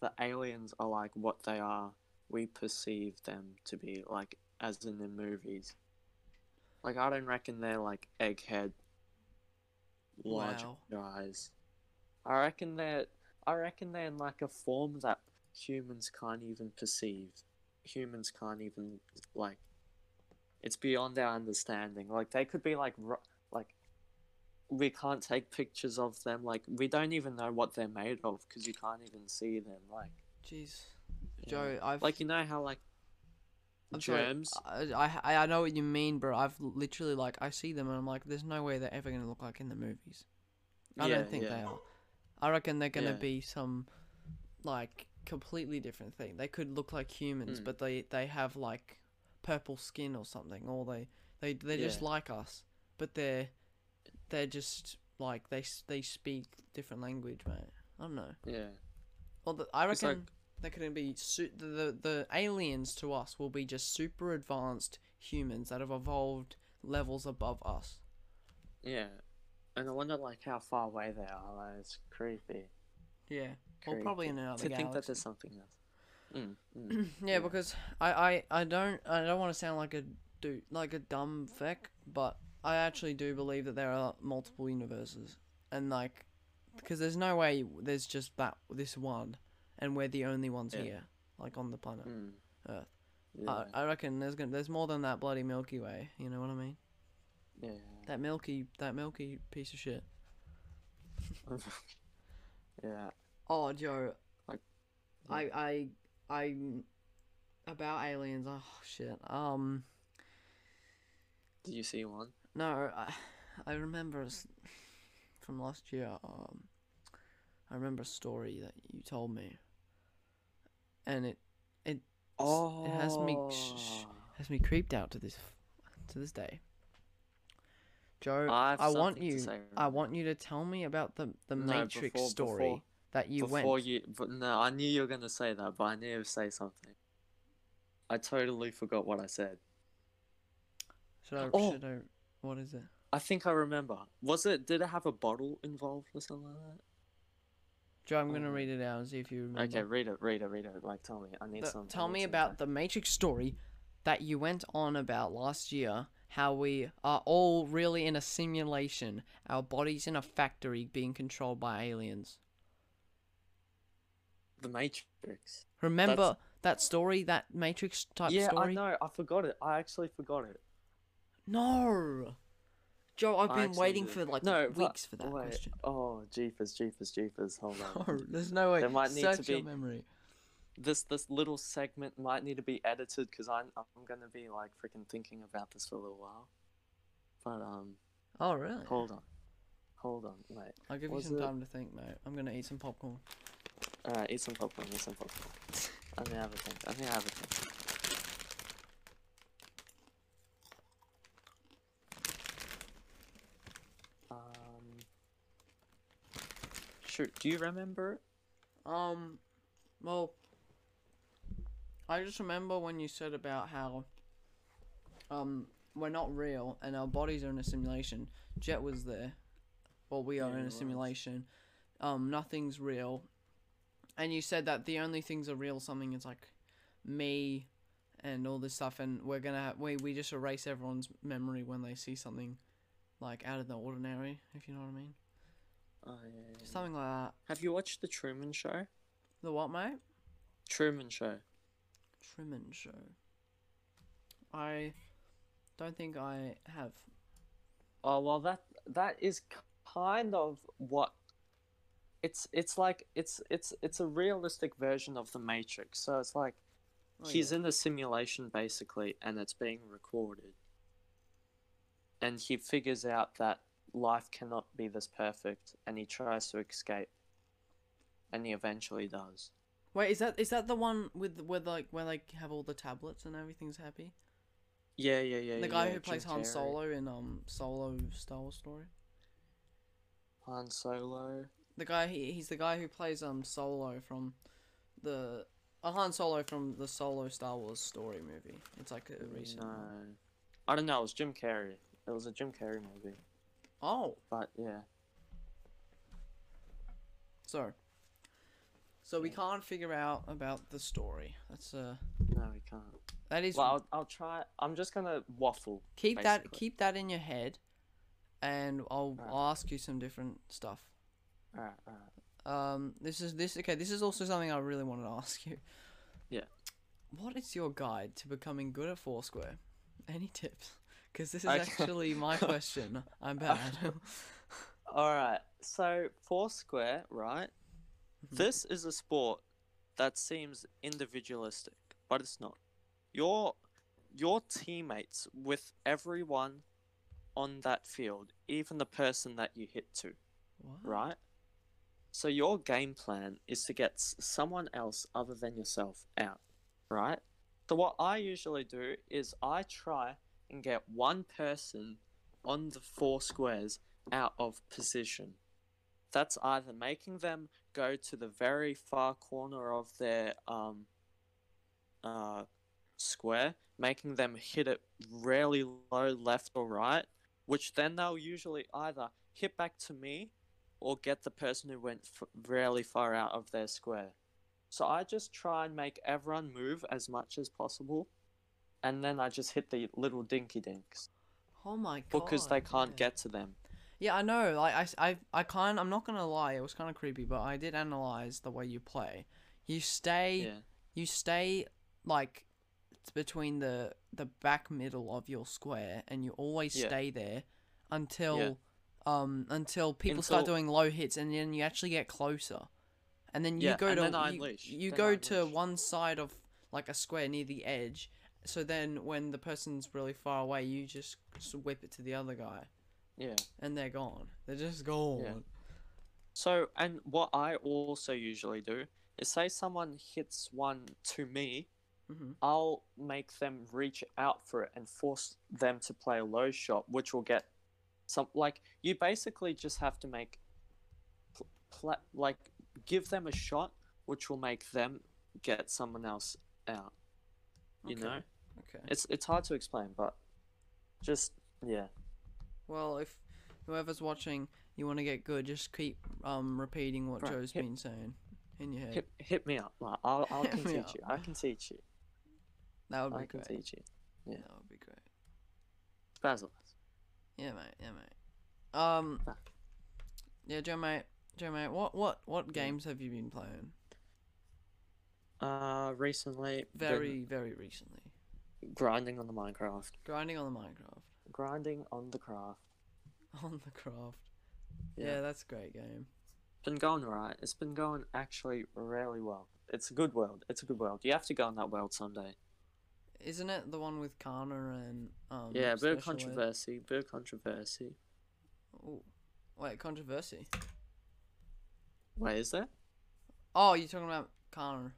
[SPEAKER 2] the aliens are like what they are. We perceive them to be like as in the movies. Like I don't reckon they're like egghead, large
[SPEAKER 1] Wow.
[SPEAKER 2] guys. I reckon they're. I reckon they're in like a form that humans can't even perceive. Humans can't even like. It's beyond our understanding. Like they could be like ro- like. We can't take pictures of them. Like we don't even know what they're made of because you can't even see them. Like
[SPEAKER 1] Jeez.
[SPEAKER 2] Yeah.
[SPEAKER 1] Joe, I've
[SPEAKER 2] like you know how like
[SPEAKER 1] I'm sorry,
[SPEAKER 2] germs.
[SPEAKER 1] I, I I know what you mean, bro. I've literally like I see them and I'm like, there's no way they're ever gonna look like in the movies. I
[SPEAKER 2] Yeah,
[SPEAKER 1] don't think they
[SPEAKER 2] yeah.
[SPEAKER 1] are. I reckon they're gonna
[SPEAKER 2] Yeah.
[SPEAKER 1] be some like completely different thing. They could look like humans,
[SPEAKER 2] Mm.
[SPEAKER 1] but they they have like purple skin or something, or they they they are just
[SPEAKER 2] Yeah.
[SPEAKER 1] like us, but they're they're just like they s- they speak different language, mate. I don't know.
[SPEAKER 2] Yeah.
[SPEAKER 1] Well, the, I
[SPEAKER 2] It's
[SPEAKER 1] reckon
[SPEAKER 2] like-
[SPEAKER 1] they're going to be su- the, the the aliens to us will be just super advanced humans that have evolved levels above us.
[SPEAKER 2] Yeah. And I wonder like how far away they are. Like, it's creepy.
[SPEAKER 1] Yeah, or probably in another
[SPEAKER 2] to think that
[SPEAKER 1] galaxy.
[SPEAKER 2] there's something else. Mm, mm.
[SPEAKER 1] yeah,
[SPEAKER 2] yeah.
[SPEAKER 1] because I, I, I don't I don't want to sound like a do like a dumb feck, but I actually do believe that there are multiple universes, and like because there's no way there's just that this one, and we're the only ones
[SPEAKER 2] Yeah.
[SPEAKER 1] here, like on the planet.
[SPEAKER 2] mm.
[SPEAKER 1] Earth.
[SPEAKER 2] Yeah.
[SPEAKER 1] I, I reckon there's gonna there's more than that bloody Milky Way. You know what I mean?
[SPEAKER 2] yeah.
[SPEAKER 1] That milky, that milky piece of shit.
[SPEAKER 2] yeah.
[SPEAKER 1] Oh, Joe,
[SPEAKER 2] Like-
[SPEAKER 1] I, I, I, about aliens. Oh shit. Um,
[SPEAKER 2] Did you see one?
[SPEAKER 1] no, I, I remember s- from last year. Um, I remember a story that you told me, and it
[SPEAKER 2] Oh.
[SPEAKER 1] it has me sh- sh- has me creeped out to this to this day. Joe,
[SPEAKER 2] I,
[SPEAKER 1] I,
[SPEAKER 2] have
[SPEAKER 1] want
[SPEAKER 2] something to
[SPEAKER 1] you.
[SPEAKER 2] say,
[SPEAKER 1] I
[SPEAKER 2] remember.
[SPEAKER 1] want you to tell me about the the
[SPEAKER 2] No,
[SPEAKER 1] Matrix
[SPEAKER 2] before-
[SPEAKER 1] story
[SPEAKER 2] before-
[SPEAKER 1] that you
[SPEAKER 2] Before
[SPEAKER 1] went.
[SPEAKER 2] you, but no, I knew you were gonna say that, but I knew to say something. I totally forgot what I said.
[SPEAKER 1] Should I?
[SPEAKER 2] Oh.
[SPEAKER 1] Should I? What is it?
[SPEAKER 2] I think I remember. Was it? Did it have a bottle involved or something like that?
[SPEAKER 1] Joe, I'm gonna
[SPEAKER 2] Um,
[SPEAKER 1] read it out and see if you remember.
[SPEAKER 2] Okay, read it, read it, read it. Like, tell me. I need
[SPEAKER 1] The-
[SPEAKER 2] some. I
[SPEAKER 1] tell
[SPEAKER 2] need
[SPEAKER 1] me
[SPEAKER 2] some
[SPEAKER 1] about
[SPEAKER 2] back-
[SPEAKER 1] the Matrix story that you went on about last year. How we are all really in a simulation. Our bodies in a factory being controlled by aliens.
[SPEAKER 2] the Matrix.
[SPEAKER 1] Remember that story, that Matrix type
[SPEAKER 2] yeah,
[SPEAKER 1] story.
[SPEAKER 2] I know. I forgot it. I actually forgot it.
[SPEAKER 1] No, Joe, I've
[SPEAKER 2] I
[SPEAKER 1] been
[SPEAKER 2] actually
[SPEAKER 1] waiting
[SPEAKER 2] did.
[SPEAKER 1] for like
[SPEAKER 2] No, but-
[SPEAKER 1] weeks for that
[SPEAKER 2] wait.
[SPEAKER 1] question.
[SPEAKER 2] Oh, jeepers, jeepers, jeepers. Hold
[SPEAKER 1] No,
[SPEAKER 2] on.
[SPEAKER 1] there's no way.
[SPEAKER 2] There might need to
[SPEAKER 1] Search your
[SPEAKER 2] be-
[SPEAKER 1] memory.
[SPEAKER 2] this this little segment might need to be edited because I'm I'm gonna be like freaking thinking about this for a little while. But um,
[SPEAKER 1] Oh really?
[SPEAKER 2] hold on, hold on, mate.
[SPEAKER 1] I'll give you
[SPEAKER 2] Was
[SPEAKER 1] some
[SPEAKER 2] it-
[SPEAKER 1] time to think, mate. I'm gonna eat some popcorn.
[SPEAKER 2] All right, eat some popcorn. Eat some popcorn. I think I have a think. I think I have a think. Um, shoot, do you remember it?
[SPEAKER 1] Um, well, I just remember when you said about how, um, we're not real and our bodies are in a simulation. Jet was there. Well, we are
[SPEAKER 2] Yeah,
[SPEAKER 1] in
[SPEAKER 2] he
[SPEAKER 1] a
[SPEAKER 2] was.
[SPEAKER 1] simulation. Um, nothing's real. And you said that the only things are real something is like me and all this stuff and we're gonna have, we, we just erase everyone's memory when they see something like out of the ordinary, if you know what I mean.
[SPEAKER 2] Oh, yeah, yeah, yeah.
[SPEAKER 1] Something like that.
[SPEAKER 2] Have you watched the Truman Show?
[SPEAKER 1] The what, mate?
[SPEAKER 2] Truman Show.
[SPEAKER 1] Truman Show. I don't think I have.
[SPEAKER 2] Oh well, that that is kind of what it's it's like it's it's it's a realistic version of the Matrix. So it's like
[SPEAKER 1] Oh,
[SPEAKER 2] he's
[SPEAKER 1] yeah.
[SPEAKER 2] in a simulation basically, and it's being recorded. And he figures out that life cannot be this perfect, and he tries to escape, and he eventually does.
[SPEAKER 1] Wait, is that is that the one with where like where like have all the tablets and everything's happy?
[SPEAKER 2] Yeah, yeah, yeah.
[SPEAKER 1] the
[SPEAKER 2] yeah,
[SPEAKER 1] guy
[SPEAKER 2] yeah,
[SPEAKER 1] who plays
[SPEAKER 2] Jim
[SPEAKER 1] Han
[SPEAKER 2] Carrey.
[SPEAKER 1] Solo in um Solo Star Wars story.
[SPEAKER 2] Han Solo.
[SPEAKER 1] The guy he, he's the guy who plays um Solo from the uh, Han Solo from the Solo Star Wars story movie. It's like a recent.
[SPEAKER 2] No.
[SPEAKER 1] one.
[SPEAKER 2] I don't know. It was Jim Carrey. It was a Jim Carrey movie.
[SPEAKER 1] Oh,
[SPEAKER 2] But yeah,
[SPEAKER 1] so. So we can't figure out about the story. That's uh
[SPEAKER 2] no, we can't.
[SPEAKER 1] that is
[SPEAKER 2] Well, I'll, I'll try. I'm just gonna waffle.
[SPEAKER 1] keep that
[SPEAKER 2] basically.
[SPEAKER 1] keep that in your head, and I'll,
[SPEAKER 2] Alright.
[SPEAKER 1] I'll ask you some different stuff.
[SPEAKER 2] Alright, alright.
[SPEAKER 1] Um, this is this okay. This is also something I really wanted to ask you.
[SPEAKER 2] Yeah.
[SPEAKER 1] What is your guide to becoming good at Foursquare? Any tips? Because this is
[SPEAKER 2] Okay.
[SPEAKER 1] actually my question. I'm bad.
[SPEAKER 2] All right. So Foursquare, right? This is a sport that seems individualistic, but it's not. Your your teammates with everyone on that field, even the person that you hit to,
[SPEAKER 1] What?
[SPEAKER 2] right? So your game plan is to get s- someone else other than yourself out, right? So what I usually do is I try and get one person on the four squares out of position. That's either making them go to the very far corner of their um, uh, square, making them hit it really low left or right, which then they'll usually either hit back to me or get the person who went f- really far out of their square. So I just try and make everyone move as much as possible, and then I just hit the little dinky dinks
[SPEAKER 1] Oh my god.
[SPEAKER 2] because they can't
[SPEAKER 1] yeah.
[SPEAKER 2] get to them.
[SPEAKER 1] Yeah, I know. Like I, s- I, I kind. I'm not gonna lie. It was kind of creepy, but I did analyze the way you play. You stay.
[SPEAKER 2] Yeah,
[SPEAKER 1] you stay like it's between the the back middle of your square and you always
[SPEAKER 2] Yeah.
[SPEAKER 1] stay there until um until people start
[SPEAKER 2] Until-
[SPEAKER 1] doing low hits and then you actually get closer and then you
[SPEAKER 2] Yeah,
[SPEAKER 1] go
[SPEAKER 2] and
[SPEAKER 1] to
[SPEAKER 2] then I
[SPEAKER 1] you,
[SPEAKER 2] unleash,
[SPEAKER 1] you
[SPEAKER 2] then
[SPEAKER 1] go
[SPEAKER 2] I
[SPEAKER 1] to
[SPEAKER 2] unleash.
[SPEAKER 1] one side of like a square near the edge so then when the person's really far away you just s- whip it to the other guy
[SPEAKER 2] yeah.
[SPEAKER 1] and they're gone they're just gone
[SPEAKER 2] So, and what I also usually do is say someone hits one to me,
[SPEAKER 1] Mhm.
[SPEAKER 2] I'll make them reach out for it and force them to play a low shot, which will get some. Like, you basically just have to make, pl- pla like, give them a shot, which will make them get someone else out. You
[SPEAKER 1] Okay.
[SPEAKER 2] know?
[SPEAKER 1] okay
[SPEAKER 2] It's, it's hard to explain, but just, yeah.
[SPEAKER 1] Well, if whoever's watching, you want to get good, just keep um repeating what
[SPEAKER 2] Right,
[SPEAKER 1] Joe's
[SPEAKER 2] hit-
[SPEAKER 1] been saying in your head.
[SPEAKER 2] Hit, hit me up. Like, I'll, I'll
[SPEAKER 1] Hit
[SPEAKER 2] can
[SPEAKER 1] me
[SPEAKER 2] teach
[SPEAKER 1] up.
[SPEAKER 2] you. I can teach you.
[SPEAKER 1] that would
[SPEAKER 2] I
[SPEAKER 1] be
[SPEAKER 2] can
[SPEAKER 1] great.
[SPEAKER 2] teach you. yeah.
[SPEAKER 1] That would be great.
[SPEAKER 2] Basil.
[SPEAKER 1] Yeah, mate. Yeah, mate. Um.
[SPEAKER 2] Fuck.
[SPEAKER 1] Yeah, Joe, mate. Joe, mate. What, what, what games have you been playing?
[SPEAKER 2] Uh, recently, been
[SPEAKER 1] Very, very recently.
[SPEAKER 2] grinding on the Minecraft.
[SPEAKER 1] Grinding on the Minecraft.
[SPEAKER 2] Grinding on the craft.
[SPEAKER 1] On the craft. Yeah,
[SPEAKER 2] Yeah.
[SPEAKER 1] that's a great game.
[SPEAKER 2] Been going alright. It's been going actually really well. It's a good world. It's a good world. You have to go on that world someday.
[SPEAKER 1] Isn't it the one with Kana and um?
[SPEAKER 2] yeah, bit of
[SPEAKER 1] Special Ed?
[SPEAKER 2] controversy. Bit of controversy.
[SPEAKER 1] Ooh. Wait, controversy.
[SPEAKER 2] Wait, is that?
[SPEAKER 1] Oh, you're talking about Kana.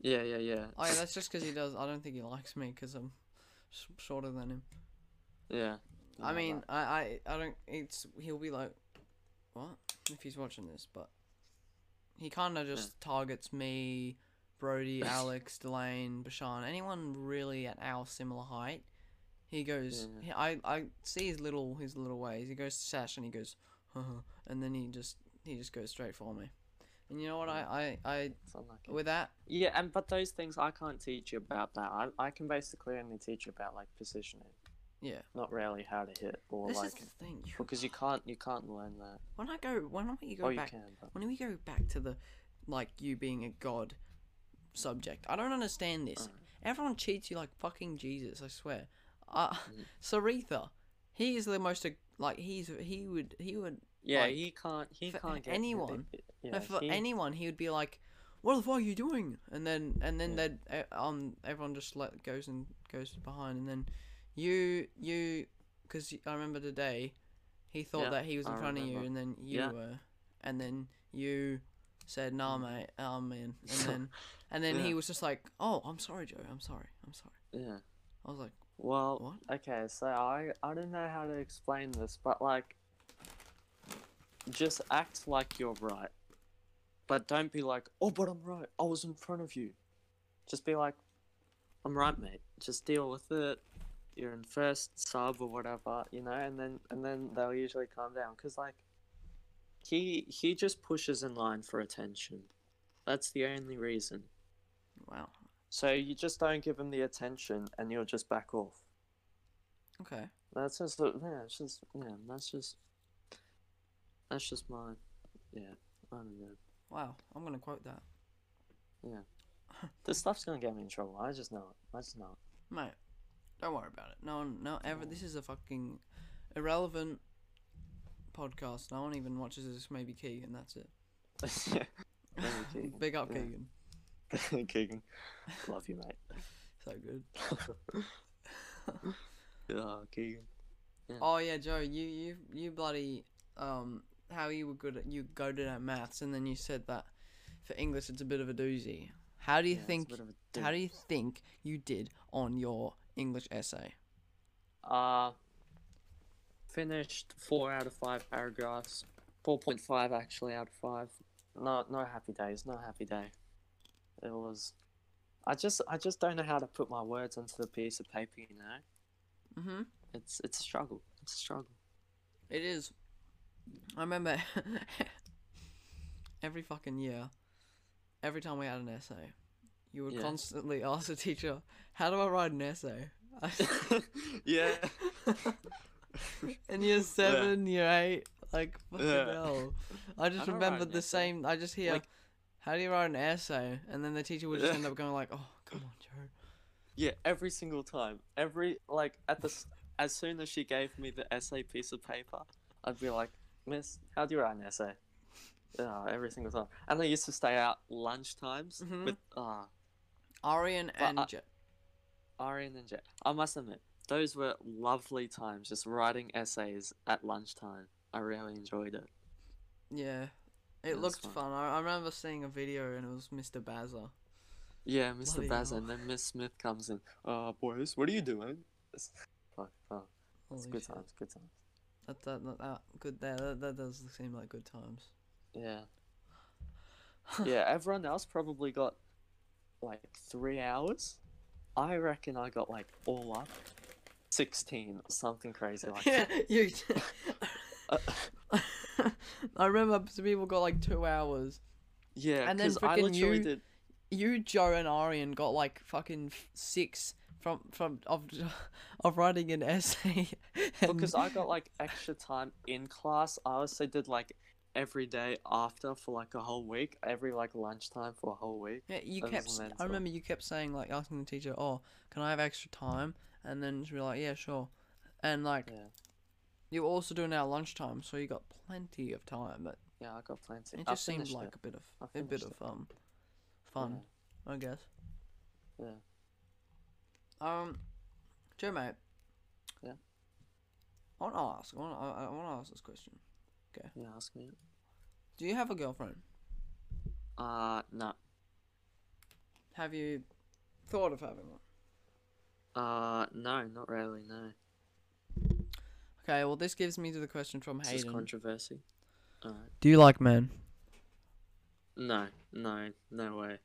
[SPEAKER 2] Yeah, yeah, yeah.
[SPEAKER 1] Oh yeah, that's just because he does. I don't think he likes me because I'm sh- shorter than him.
[SPEAKER 2] yeah.
[SPEAKER 1] I mean, I, I, I don't. It's he'll be like, what if he's watching this? But he kind of just targets me, Brody, Alex, Delane, Bashan, anyone really at our similar height. He goes.
[SPEAKER 2] Yeah.
[SPEAKER 1] he- I, I see his little his little ways. He goes to Sash and he goes, and then he just he just goes straight for me. And you know what? I, I, I
[SPEAKER 2] It's unlucky.
[SPEAKER 1] with that
[SPEAKER 2] Yeah, and but those things I can't teach you about that. I, I can basically only teach you about like positioning,
[SPEAKER 1] yeah.
[SPEAKER 2] not really how to hit or
[SPEAKER 1] This
[SPEAKER 2] like
[SPEAKER 1] is the thing. You,
[SPEAKER 2] because you can't you can't learn that.
[SPEAKER 1] when I go, why don't we go
[SPEAKER 2] oh, you
[SPEAKER 1] back?
[SPEAKER 2] can. But...
[SPEAKER 1] When we go back to the like you being a god subject, I don't understand this.
[SPEAKER 2] Alright.
[SPEAKER 1] Everyone cheats you like fucking Jesus. I swear. Uh,
[SPEAKER 2] Mm.
[SPEAKER 1] Saritha, he is the most ag- like he's he would he would
[SPEAKER 2] Yeah,
[SPEAKER 1] Like,
[SPEAKER 2] he can't. He
[SPEAKER 1] for
[SPEAKER 2] can't get
[SPEAKER 1] anyone.
[SPEAKER 2] The,
[SPEAKER 1] no,
[SPEAKER 2] yeah,
[SPEAKER 1] for
[SPEAKER 2] he-
[SPEAKER 1] anyone he would be like, what the fuck are you doing? And then and then
[SPEAKER 2] Yeah.
[SPEAKER 1] they'd eh, um everyone just let goes and goes behind and then you you because I remember today he thought
[SPEAKER 2] Yeah,
[SPEAKER 1] that he was in
[SPEAKER 2] I
[SPEAKER 1] front of you
[SPEAKER 2] remember.
[SPEAKER 1] and then you
[SPEAKER 2] Yeah. Mm.
[SPEAKER 1] were and then you said nah mate ah, I'm in and then and then he
[SPEAKER 2] Yeah.
[SPEAKER 1] was just like oh I'm sorry Joe I'm sorry I'm sorry
[SPEAKER 2] Yeah.
[SPEAKER 1] I was like
[SPEAKER 2] Well,
[SPEAKER 1] what
[SPEAKER 2] okay. So I I don't know how to explain this, but like, just act like you're right. But don't be like, oh, but I'm right. I was in front of you. Just be like, I'm right, mate. Just deal with it. You're in first sub or whatever, you know, and then and then they'll usually calm down because like he he just pushes in line for attention. That's the only reason.
[SPEAKER 1] Wow.
[SPEAKER 2] So you just don't give him the attention, and you'll just back off.
[SPEAKER 1] Okay.
[SPEAKER 2] That's just yeah, it's just yeah, that's just that's just mine. Yeah, I don't know.
[SPEAKER 1] Wow. I'm gonna quote that,
[SPEAKER 2] This stuff's gonna get me in trouble. I just know it. I just know it.
[SPEAKER 1] mate. Don't worry about it. No one, no ever. This is a fucking irrelevant podcast. No one even watches this. Maybe Keegan. That's it.
[SPEAKER 2] Maybe Keegan,
[SPEAKER 1] Big up
[SPEAKER 2] yeah.
[SPEAKER 1] Keegan.
[SPEAKER 2] Keegan, love you, mate.
[SPEAKER 1] So good.
[SPEAKER 2] Oh, Keegan.
[SPEAKER 1] Oh yeah, Joe, you you you bloody um how you were good at you goaded at maths and then you said that for English it's a bit of a doozy. How do you
[SPEAKER 2] Yeah, it's a
[SPEAKER 1] think
[SPEAKER 2] bit of a
[SPEAKER 1] how
[SPEAKER 2] doozy.
[SPEAKER 1] do you think you did on your English essay?
[SPEAKER 2] Uh, finished four out of five paragraphs. Four point five actually out of five. No, no happy days. No happy day. It was. I just, I just don't know how to put my words onto the piece of paper. You know,
[SPEAKER 1] Mhm.
[SPEAKER 2] it's, it's a struggle. It's a struggle.
[SPEAKER 1] It is. I remember every fucking year, every time we had an essay, you would
[SPEAKER 2] Yeah.
[SPEAKER 1] constantly ask the teacher, "How do I write an essay?"
[SPEAKER 2] yeah.
[SPEAKER 1] And year seven, year eight, like fucking
[SPEAKER 2] Yeah.
[SPEAKER 1] hell. I
[SPEAKER 2] I
[SPEAKER 1] just
[SPEAKER 2] don't write
[SPEAKER 1] remember
[SPEAKER 2] an
[SPEAKER 1] the
[SPEAKER 2] essay.
[SPEAKER 1] same. I just hear,
[SPEAKER 2] Like-
[SPEAKER 1] "How do you write an essay?" And then the teacher would just
[SPEAKER 2] Yeah.
[SPEAKER 1] end up going like, "Oh, come on, Joe."
[SPEAKER 2] Yeah, every single time. Every like at the s- as soon as she gave me the essay piece of paper, I'd be like, "Miss, how do you write an essay?" Oh, every single time. And I used to stay out lunch times
[SPEAKER 1] Mhm.
[SPEAKER 2] with ah
[SPEAKER 1] Arian
[SPEAKER 2] I-
[SPEAKER 1] and Je-
[SPEAKER 2] Arian and Jack. I must admit, those were lovely times. Just writing essays at lunchtime. I really enjoyed it.
[SPEAKER 1] yeah,
[SPEAKER 2] Yeah,
[SPEAKER 1] it
[SPEAKER 2] that's
[SPEAKER 1] looked
[SPEAKER 2] fine.
[SPEAKER 1] fun. I, I remember seeing a video and it was Mr. Bazza.
[SPEAKER 2] Yeah, Mr.
[SPEAKER 1] Bloody
[SPEAKER 2] Baz
[SPEAKER 1] hell.
[SPEAKER 2] and then Miss Smith comes in. Uh, boys, what are you doing? It's, fuck, fuck. it's
[SPEAKER 1] Holy
[SPEAKER 2] good
[SPEAKER 1] shit.
[SPEAKER 2] times. Good times.
[SPEAKER 1] That, that, that, that good. That, that that does seem like good times.
[SPEAKER 2] Yeah. yeah, everyone else probably got like three hours. I reckon I got like all up 16 or something crazy like
[SPEAKER 1] yeah,
[SPEAKER 2] that.
[SPEAKER 1] you.
[SPEAKER 2] Uh,
[SPEAKER 1] I remember some people got like two hours.
[SPEAKER 2] yeah,
[SPEAKER 1] And then
[SPEAKER 2] because I
[SPEAKER 1] frickin'
[SPEAKER 2] literally
[SPEAKER 1] you-
[SPEAKER 2] did.
[SPEAKER 1] you, Joe, and Arian got like fucking f- six from from of of writing an essay. and-
[SPEAKER 2] Because I got like extra time in class. I also did like every day after for like a whole week, every like lunchtime for a whole week.
[SPEAKER 1] yeah, you
[SPEAKER 2] that was
[SPEAKER 1] kept. s- I
[SPEAKER 2] mental.
[SPEAKER 1] remember you kept saying like asking the teacher, "Oh, can I have extra time?" And then she was like, "Yeah, sure." And like
[SPEAKER 2] Yeah.
[SPEAKER 1] you were also doing our lunchtime, so you got plenty of time. But
[SPEAKER 2] Yeah, I got plenty.
[SPEAKER 1] it
[SPEAKER 2] I
[SPEAKER 1] just seemed
[SPEAKER 2] finished
[SPEAKER 1] like
[SPEAKER 2] it.
[SPEAKER 1] a bit of
[SPEAKER 2] I
[SPEAKER 1] a bit
[SPEAKER 2] finished
[SPEAKER 1] of
[SPEAKER 2] it.
[SPEAKER 1] um fun, I guess.
[SPEAKER 2] Yeah.
[SPEAKER 1] Um, Joe, mate.
[SPEAKER 2] Yeah?
[SPEAKER 1] I want to ask. I want. I, I want to ask this question.
[SPEAKER 2] Yeah, ask me.
[SPEAKER 1] Do you have a girlfriend?
[SPEAKER 2] Uh, no.
[SPEAKER 1] Have you thought of having one?
[SPEAKER 2] Uh, no, not really, no.
[SPEAKER 1] Okay, well, this gives me to the question from
[SPEAKER 2] This is
[SPEAKER 1] Hayden.
[SPEAKER 2] controversy. Alright.
[SPEAKER 1] Do you like men?
[SPEAKER 2] No, no, no way.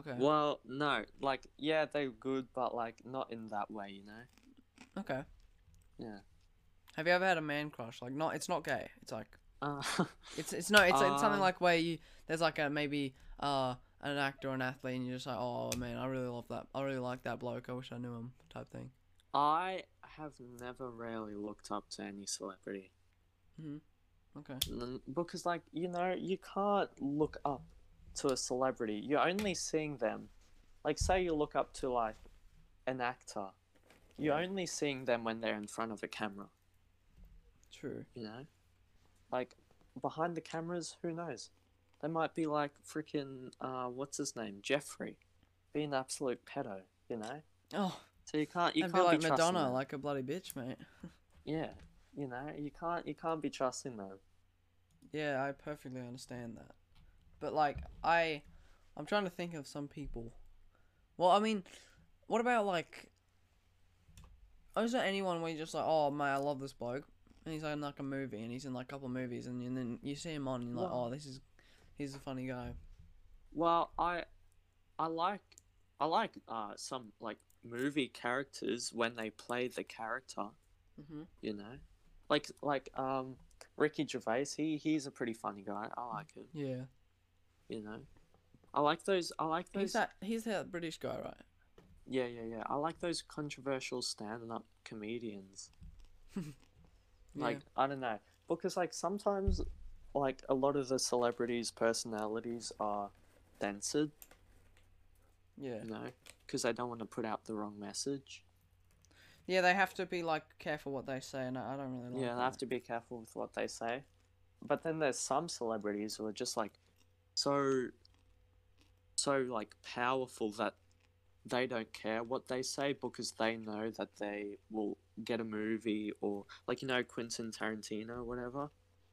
[SPEAKER 1] Okay.
[SPEAKER 2] Well, no, like yeah, they're good, but like not in that way, you know.
[SPEAKER 1] Okay.
[SPEAKER 2] Yeah.
[SPEAKER 1] Have you ever had a man crush? Like, not. It's not gay. It's like.
[SPEAKER 2] Uh,
[SPEAKER 1] It's it's no. It's, it's something
[SPEAKER 2] Um,
[SPEAKER 1] like where you there's like a maybe uh an actor or an athlete and you're just like oh man I really love that I really like that bloke I wish I knew him type thing.
[SPEAKER 2] I have never really looked up to any celebrity
[SPEAKER 1] Okay.
[SPEAKER 2] N- because, like, you know, you can't look up to a celebrity. You're only seeing them. Like, say you look up to like an actor, you're
[SPEAKER 1] Yeah.
[SPEAKER 2] only seeing them when they're in front of a camera.
[SPEAKER 1] True.
[SPEAKER 2] you know like behind the cameras who knows they might be like freaking uh what's his name jeffrey be an absolute pedo you know
[SPEAKER 1] Oh,
[SPEAKER 2] so you can't you
[SPEAKER 1] I'd be
[SPEAKER 2] can't be,
[SPEAKER 1] like
[SPEAKER 2] trusting
[SPEAKER 1] Madonna,
[SPEAKER 2] them.
[SPEAKER 1] like a bloody bitch, mate.
[SPEAKER 2] yeah you know you can't you can't be trusting them
[SPEAKER 1] Yeah, I perfectly understand that. But like I I'm trying to think of some people. Well, I mean, what about like is there anyone where you're just like, oh man, I love this bloke, and he's like in like a movie, and he's in like a couple of movies, and, and then you see him on, and you're like,
[SPEAKER 2] Well-
[SPEAKER 1] oh, this is, he's a funny guy.
[SPEAKER 2] Well, I, I like, I like uh some like movie characters when they play the character.
[SPEAKER 1] hmm
[SPEAKER 2] You know, like like um Ricky Gervais. He he's a pretty funny guy. I like him.
[SPEAKER 1] Yeah,
[SPEAKER 2] You know, I like those. I like
[SPEAKER 1] he's
[SPEAKER 2] those.
[SPEAKER 1] that he's that British guy, right?
[SPEAKER 2] Yeah, yeah, yeah. I like those controversial stand-up comedians. Like I don't know, because like sometimes, like a lot of the celebrities' personalities are censored.
[SPEAKER 1] yeah, yeah,
[SPEAKER 2] You know, because they don't want to put out the wrong message.
[SPEAKER 1] yeah. They have to be like careful what they say, and I I don't really like.
[SPEAKER 2] Yeah, they
[SPEAKER 1] that.
[SPEAKER 2] have to be careful with what they say. But then there's some celebrities who are just like so so like powerful that they don't care what they say because they know that they will get a movie or like you know Quentin Tarantino or whatever.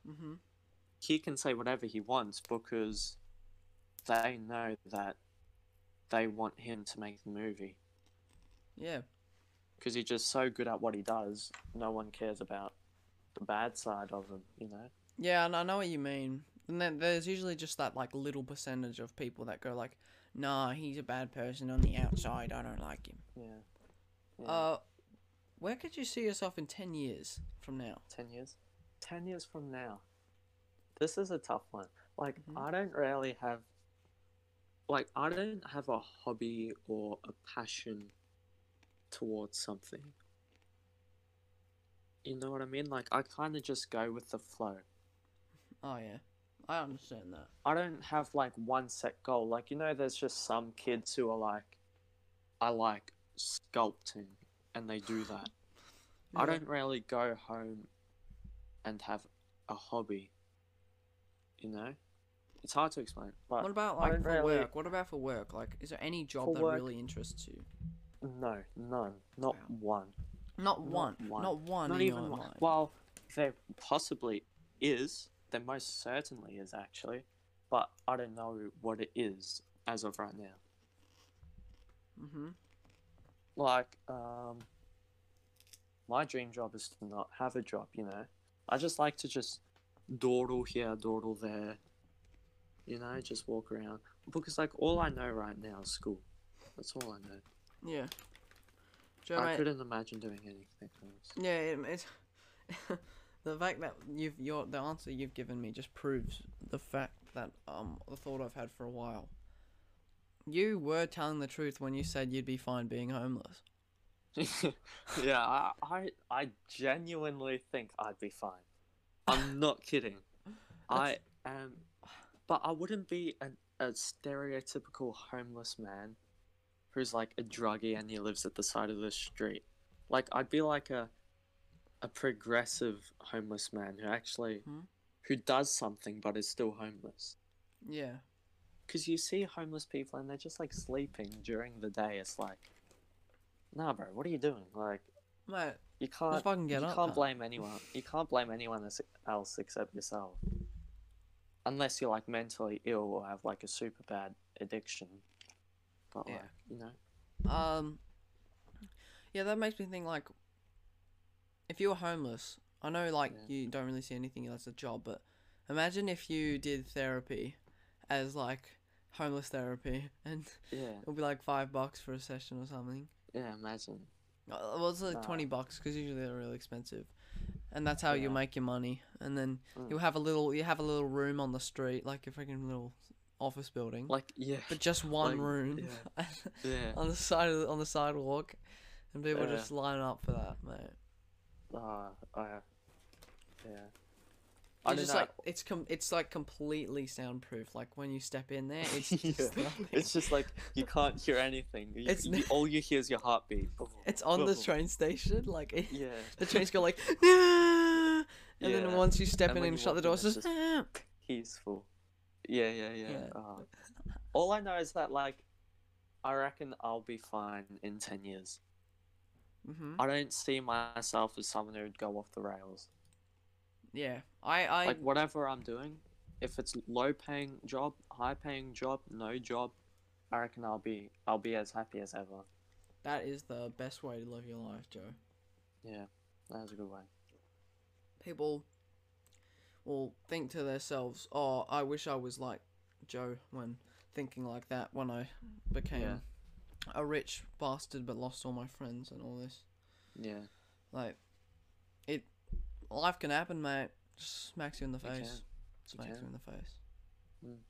[SPEAKER 1] Mm-hmm.
[SPEAKER 2] He can say whatever he wants because they know that they want him to make the movie
[SPEAKER 1] Yeah,
[SPEAKER 2] because he's just so good at what he does. No one cares about the bad side of him, you know.
[SPEAKER 1] yeah. And I know what you mean. And then there's usually just that like little percentage of people that go like, nah, he's a bad person on the outside. I don't like him.
[SPEAKER 2] Yeah. Yeah.
[SPEAKER 1] Uh, where could you see yourself in ten years from now?
[SPEAKER 2] 10 years 10 years from now this is a tough one like
[SPEAKER 1] Mhm.
[SPEAKER 2] i don't really have like i don't have a hobby or a passion towards something you know what i mean like i kind of just go with the flow
[SPEAKER 1] Oh yeah, I understand that.
[SPEAKER 2] i don't have like one set goal like you know there's just some kids who are like i like sculpting and they do that I
[SPEAKER 1] Yeah.
[SPEAKER 2] don't really go home and have a hobby. You know, it's hard to explain. But
[SPEAKER 1] What about
[SPEAKER 2] I
[SPEAKER 1] like
[SPEAKER 2] don't
[SPEAKER 1] for
[SPEAKER 2] really-
[SPEAKER 1] work? What about for work? Like, is there any job
[SPEAKER 2] For
[SPEAKER 1] that
[SPEAKER 2] work-
[SPEAKER 1] really interests you?
[SPEAKER 2] no, none, not
[SPEAKER 1] Wow.
[SPEAKER 2] one,
[SPEAKER 1] Not one.
[SPEAKER 2] one.
[SPEAKER 1] Not one.
[SPEAKER 2] not
[SPEAKER 1] in
[SPEAKER 2] even
[SPEAKER 1] your
[SPEAKER 2] one.
[SPEAKER 1] life.
[SPEAKER 2] Well, there possibly is. There most certainly is actually, but I don't know what it is as of right now.
[SPEAKER 1] Mhm.
[SPEAKER 2] Like, um, my dream job is to not have a job. You know, I just like to just dawdle here, dawdle there. You know, just walk around because like all I know right now is school. That's all I know.
[SPEAKER 1] Yeah. Joe,
[SPEAKER 2] I
[SPEAKER 1] mate,
[SPEAKER 2] couldn't imagine doing anything else.
[SPEAKER 1] yeah, it, it's the fact that you've your the answer you've given me just proves the fact that um the thought I've had for a while. You were telling the truth when you said you'd be fine being homeless.
[SPEAKER 2] yeah, I, I I genuinely think I'd be fine. I'm not kidding. I am, but I wouldn't be an, a stereotypical homeless man who's like a druggie and he lives at the side of the street. Like I'd be like a a progressive homeless man who actually
[SPEAKER 1] Hmm?
[SPEAKER 2] who does something but is still homeless.
[SPEAKER 1] Yeah.
[SPEAKER 2] Because you see homeless people and they're just like sleeping during the day. It's like, nah, bro, what are you doing? Like.
[SPEAKER 1] Mate,
[SPEAKER 2] You can't
[SPEAKER 1] fucking get
[SPEAKER 2] you
[SPEAKER 1] up,
[SPEAKER 2] can't
[SPEAKER 1] man.
[SPEAKER 2] blame anyone. You can't blame anyone else- else except yourself. Unless you're like mentally ill or have like a super bad addiction. But
[SPEAKER 1] Yeah.
[SPEAKER 2] like, you know.
[SPEAKER 1] Um, yeah, that makes me think like, if you were homeless, I know like
[SPEAKER 2] Yeah.
[SPEAKER 1] you don't really see anything that's a job, but imagine if you did therapy as like homeless therapy and
[SPEAKER 2] Yeah.
[SPEAKER 1] it'll be like five bucks for a session or something.
[SPEAKER 2] Yeah, imagine.
[SPEAKER 1] Uh, Well, it's like
[SPEAKER 2] Nah.
[SPEAKER 1] 20 bucks because usually they're really expensive. And that's how you
[SPEAKER 2] Yeah.
[SPEAKER 1] make your money. And then
[SPEAKER 2] Mm.
[SPEAKER 1] you'll have a little, you have a little room on the street, like a freaking little office building,
[SPEAKER 2] Like yeah.
[SPEAKER 1] Mm. but just one
[SPEAKER 2] like,
[SPEAKER 1] room.
[SPEAKER 2] yeah.
[SPEAKER 1] on the side of the, on the sidewalk, and people
[SPEAKER 2] Yeah.
[SPEAKER 1] just line up for that, mate.
[SPEAKER 2] Uh, I- yeah.
[SPEAKER 1] I
[SPEAKER 2] I don't
[SPEAKER 1] just
[SPEAKER 2] know.
[SPEAKER 1] like it's com- it's like completely soundproof. Like when you step in there, it's
[SPEAKER 2] Yeah.
[SPEAKER 1] just nothing.
[SPEAKER 2] It's just like you can't hear anything. You,
[SPEAKER 1] It's
[SPEAKER 2] you-
[SPEAKER 1] n-
[SPEAKER 2] all you hear is your heartbeat.
[SPEAKER 1] it's on the train station. Like it,
[SPEAKER 2] Yeah.
[SPEAKER 1] the trains go like, "Nah," and
[SPEAKER 2] Yeah.
[SPEAKER 1] then once you step
[SPEAKER 2] And
[SPEAKER 1] in
[SPEAKER 2] when
[SPEAKER 1] and
[SPEAKER 2] you
[SPEAKER 1] shut the
[SPEAKER 2] walk
[SPEAKER 1] door, it's
[SPEAKER 2] in, it's
[SPEAKER 1] just.
[SPEAKER 2] just-
[SPEAKER 1] "Nah."
[SPEAKER 2] peaceful. Yeah, yeah, yeah.
[SPEAKER 1] Yeah.
[SPEAKER 2] Uh, all I know is that, like, I reckon I'll be fine in 10 years.
[SPEAKER 1] Mhm.
[SPEAKER 2] I don't see myself as someone who'd go off the rails.
[SPEAKER 1] Yeah, I I
[SPEAKER 2] Like, whatever I'm doing, if it's low paying job, high paying job, no job, I reckon I'll be I'll be as happy as ever.
[SPEAKER 1] that is the best way to live your life, Joe.
[SPEAKER 2] Yeah, that was a good way.
[SPEAKER 1] people will think to themselves, "Oh, I wish I was like Joe." When thinking like that, when I became
[SPEAKER 2] Yeah.
[SPEAKER 1] a rich bastard but lost all my friends and all this,
[SPEAKER 2] Yeah.
[SPEAKER 1] like it, life can happen, mate. Just smacks you in the
[SPEAKER 2] It
[SPEAKER 1] face.
[SPEAKER 2] can.
[SPEAKER 1] Smacks
[SPEAKER 2] can. Hmm.
[SPEAKER 1] you in the face.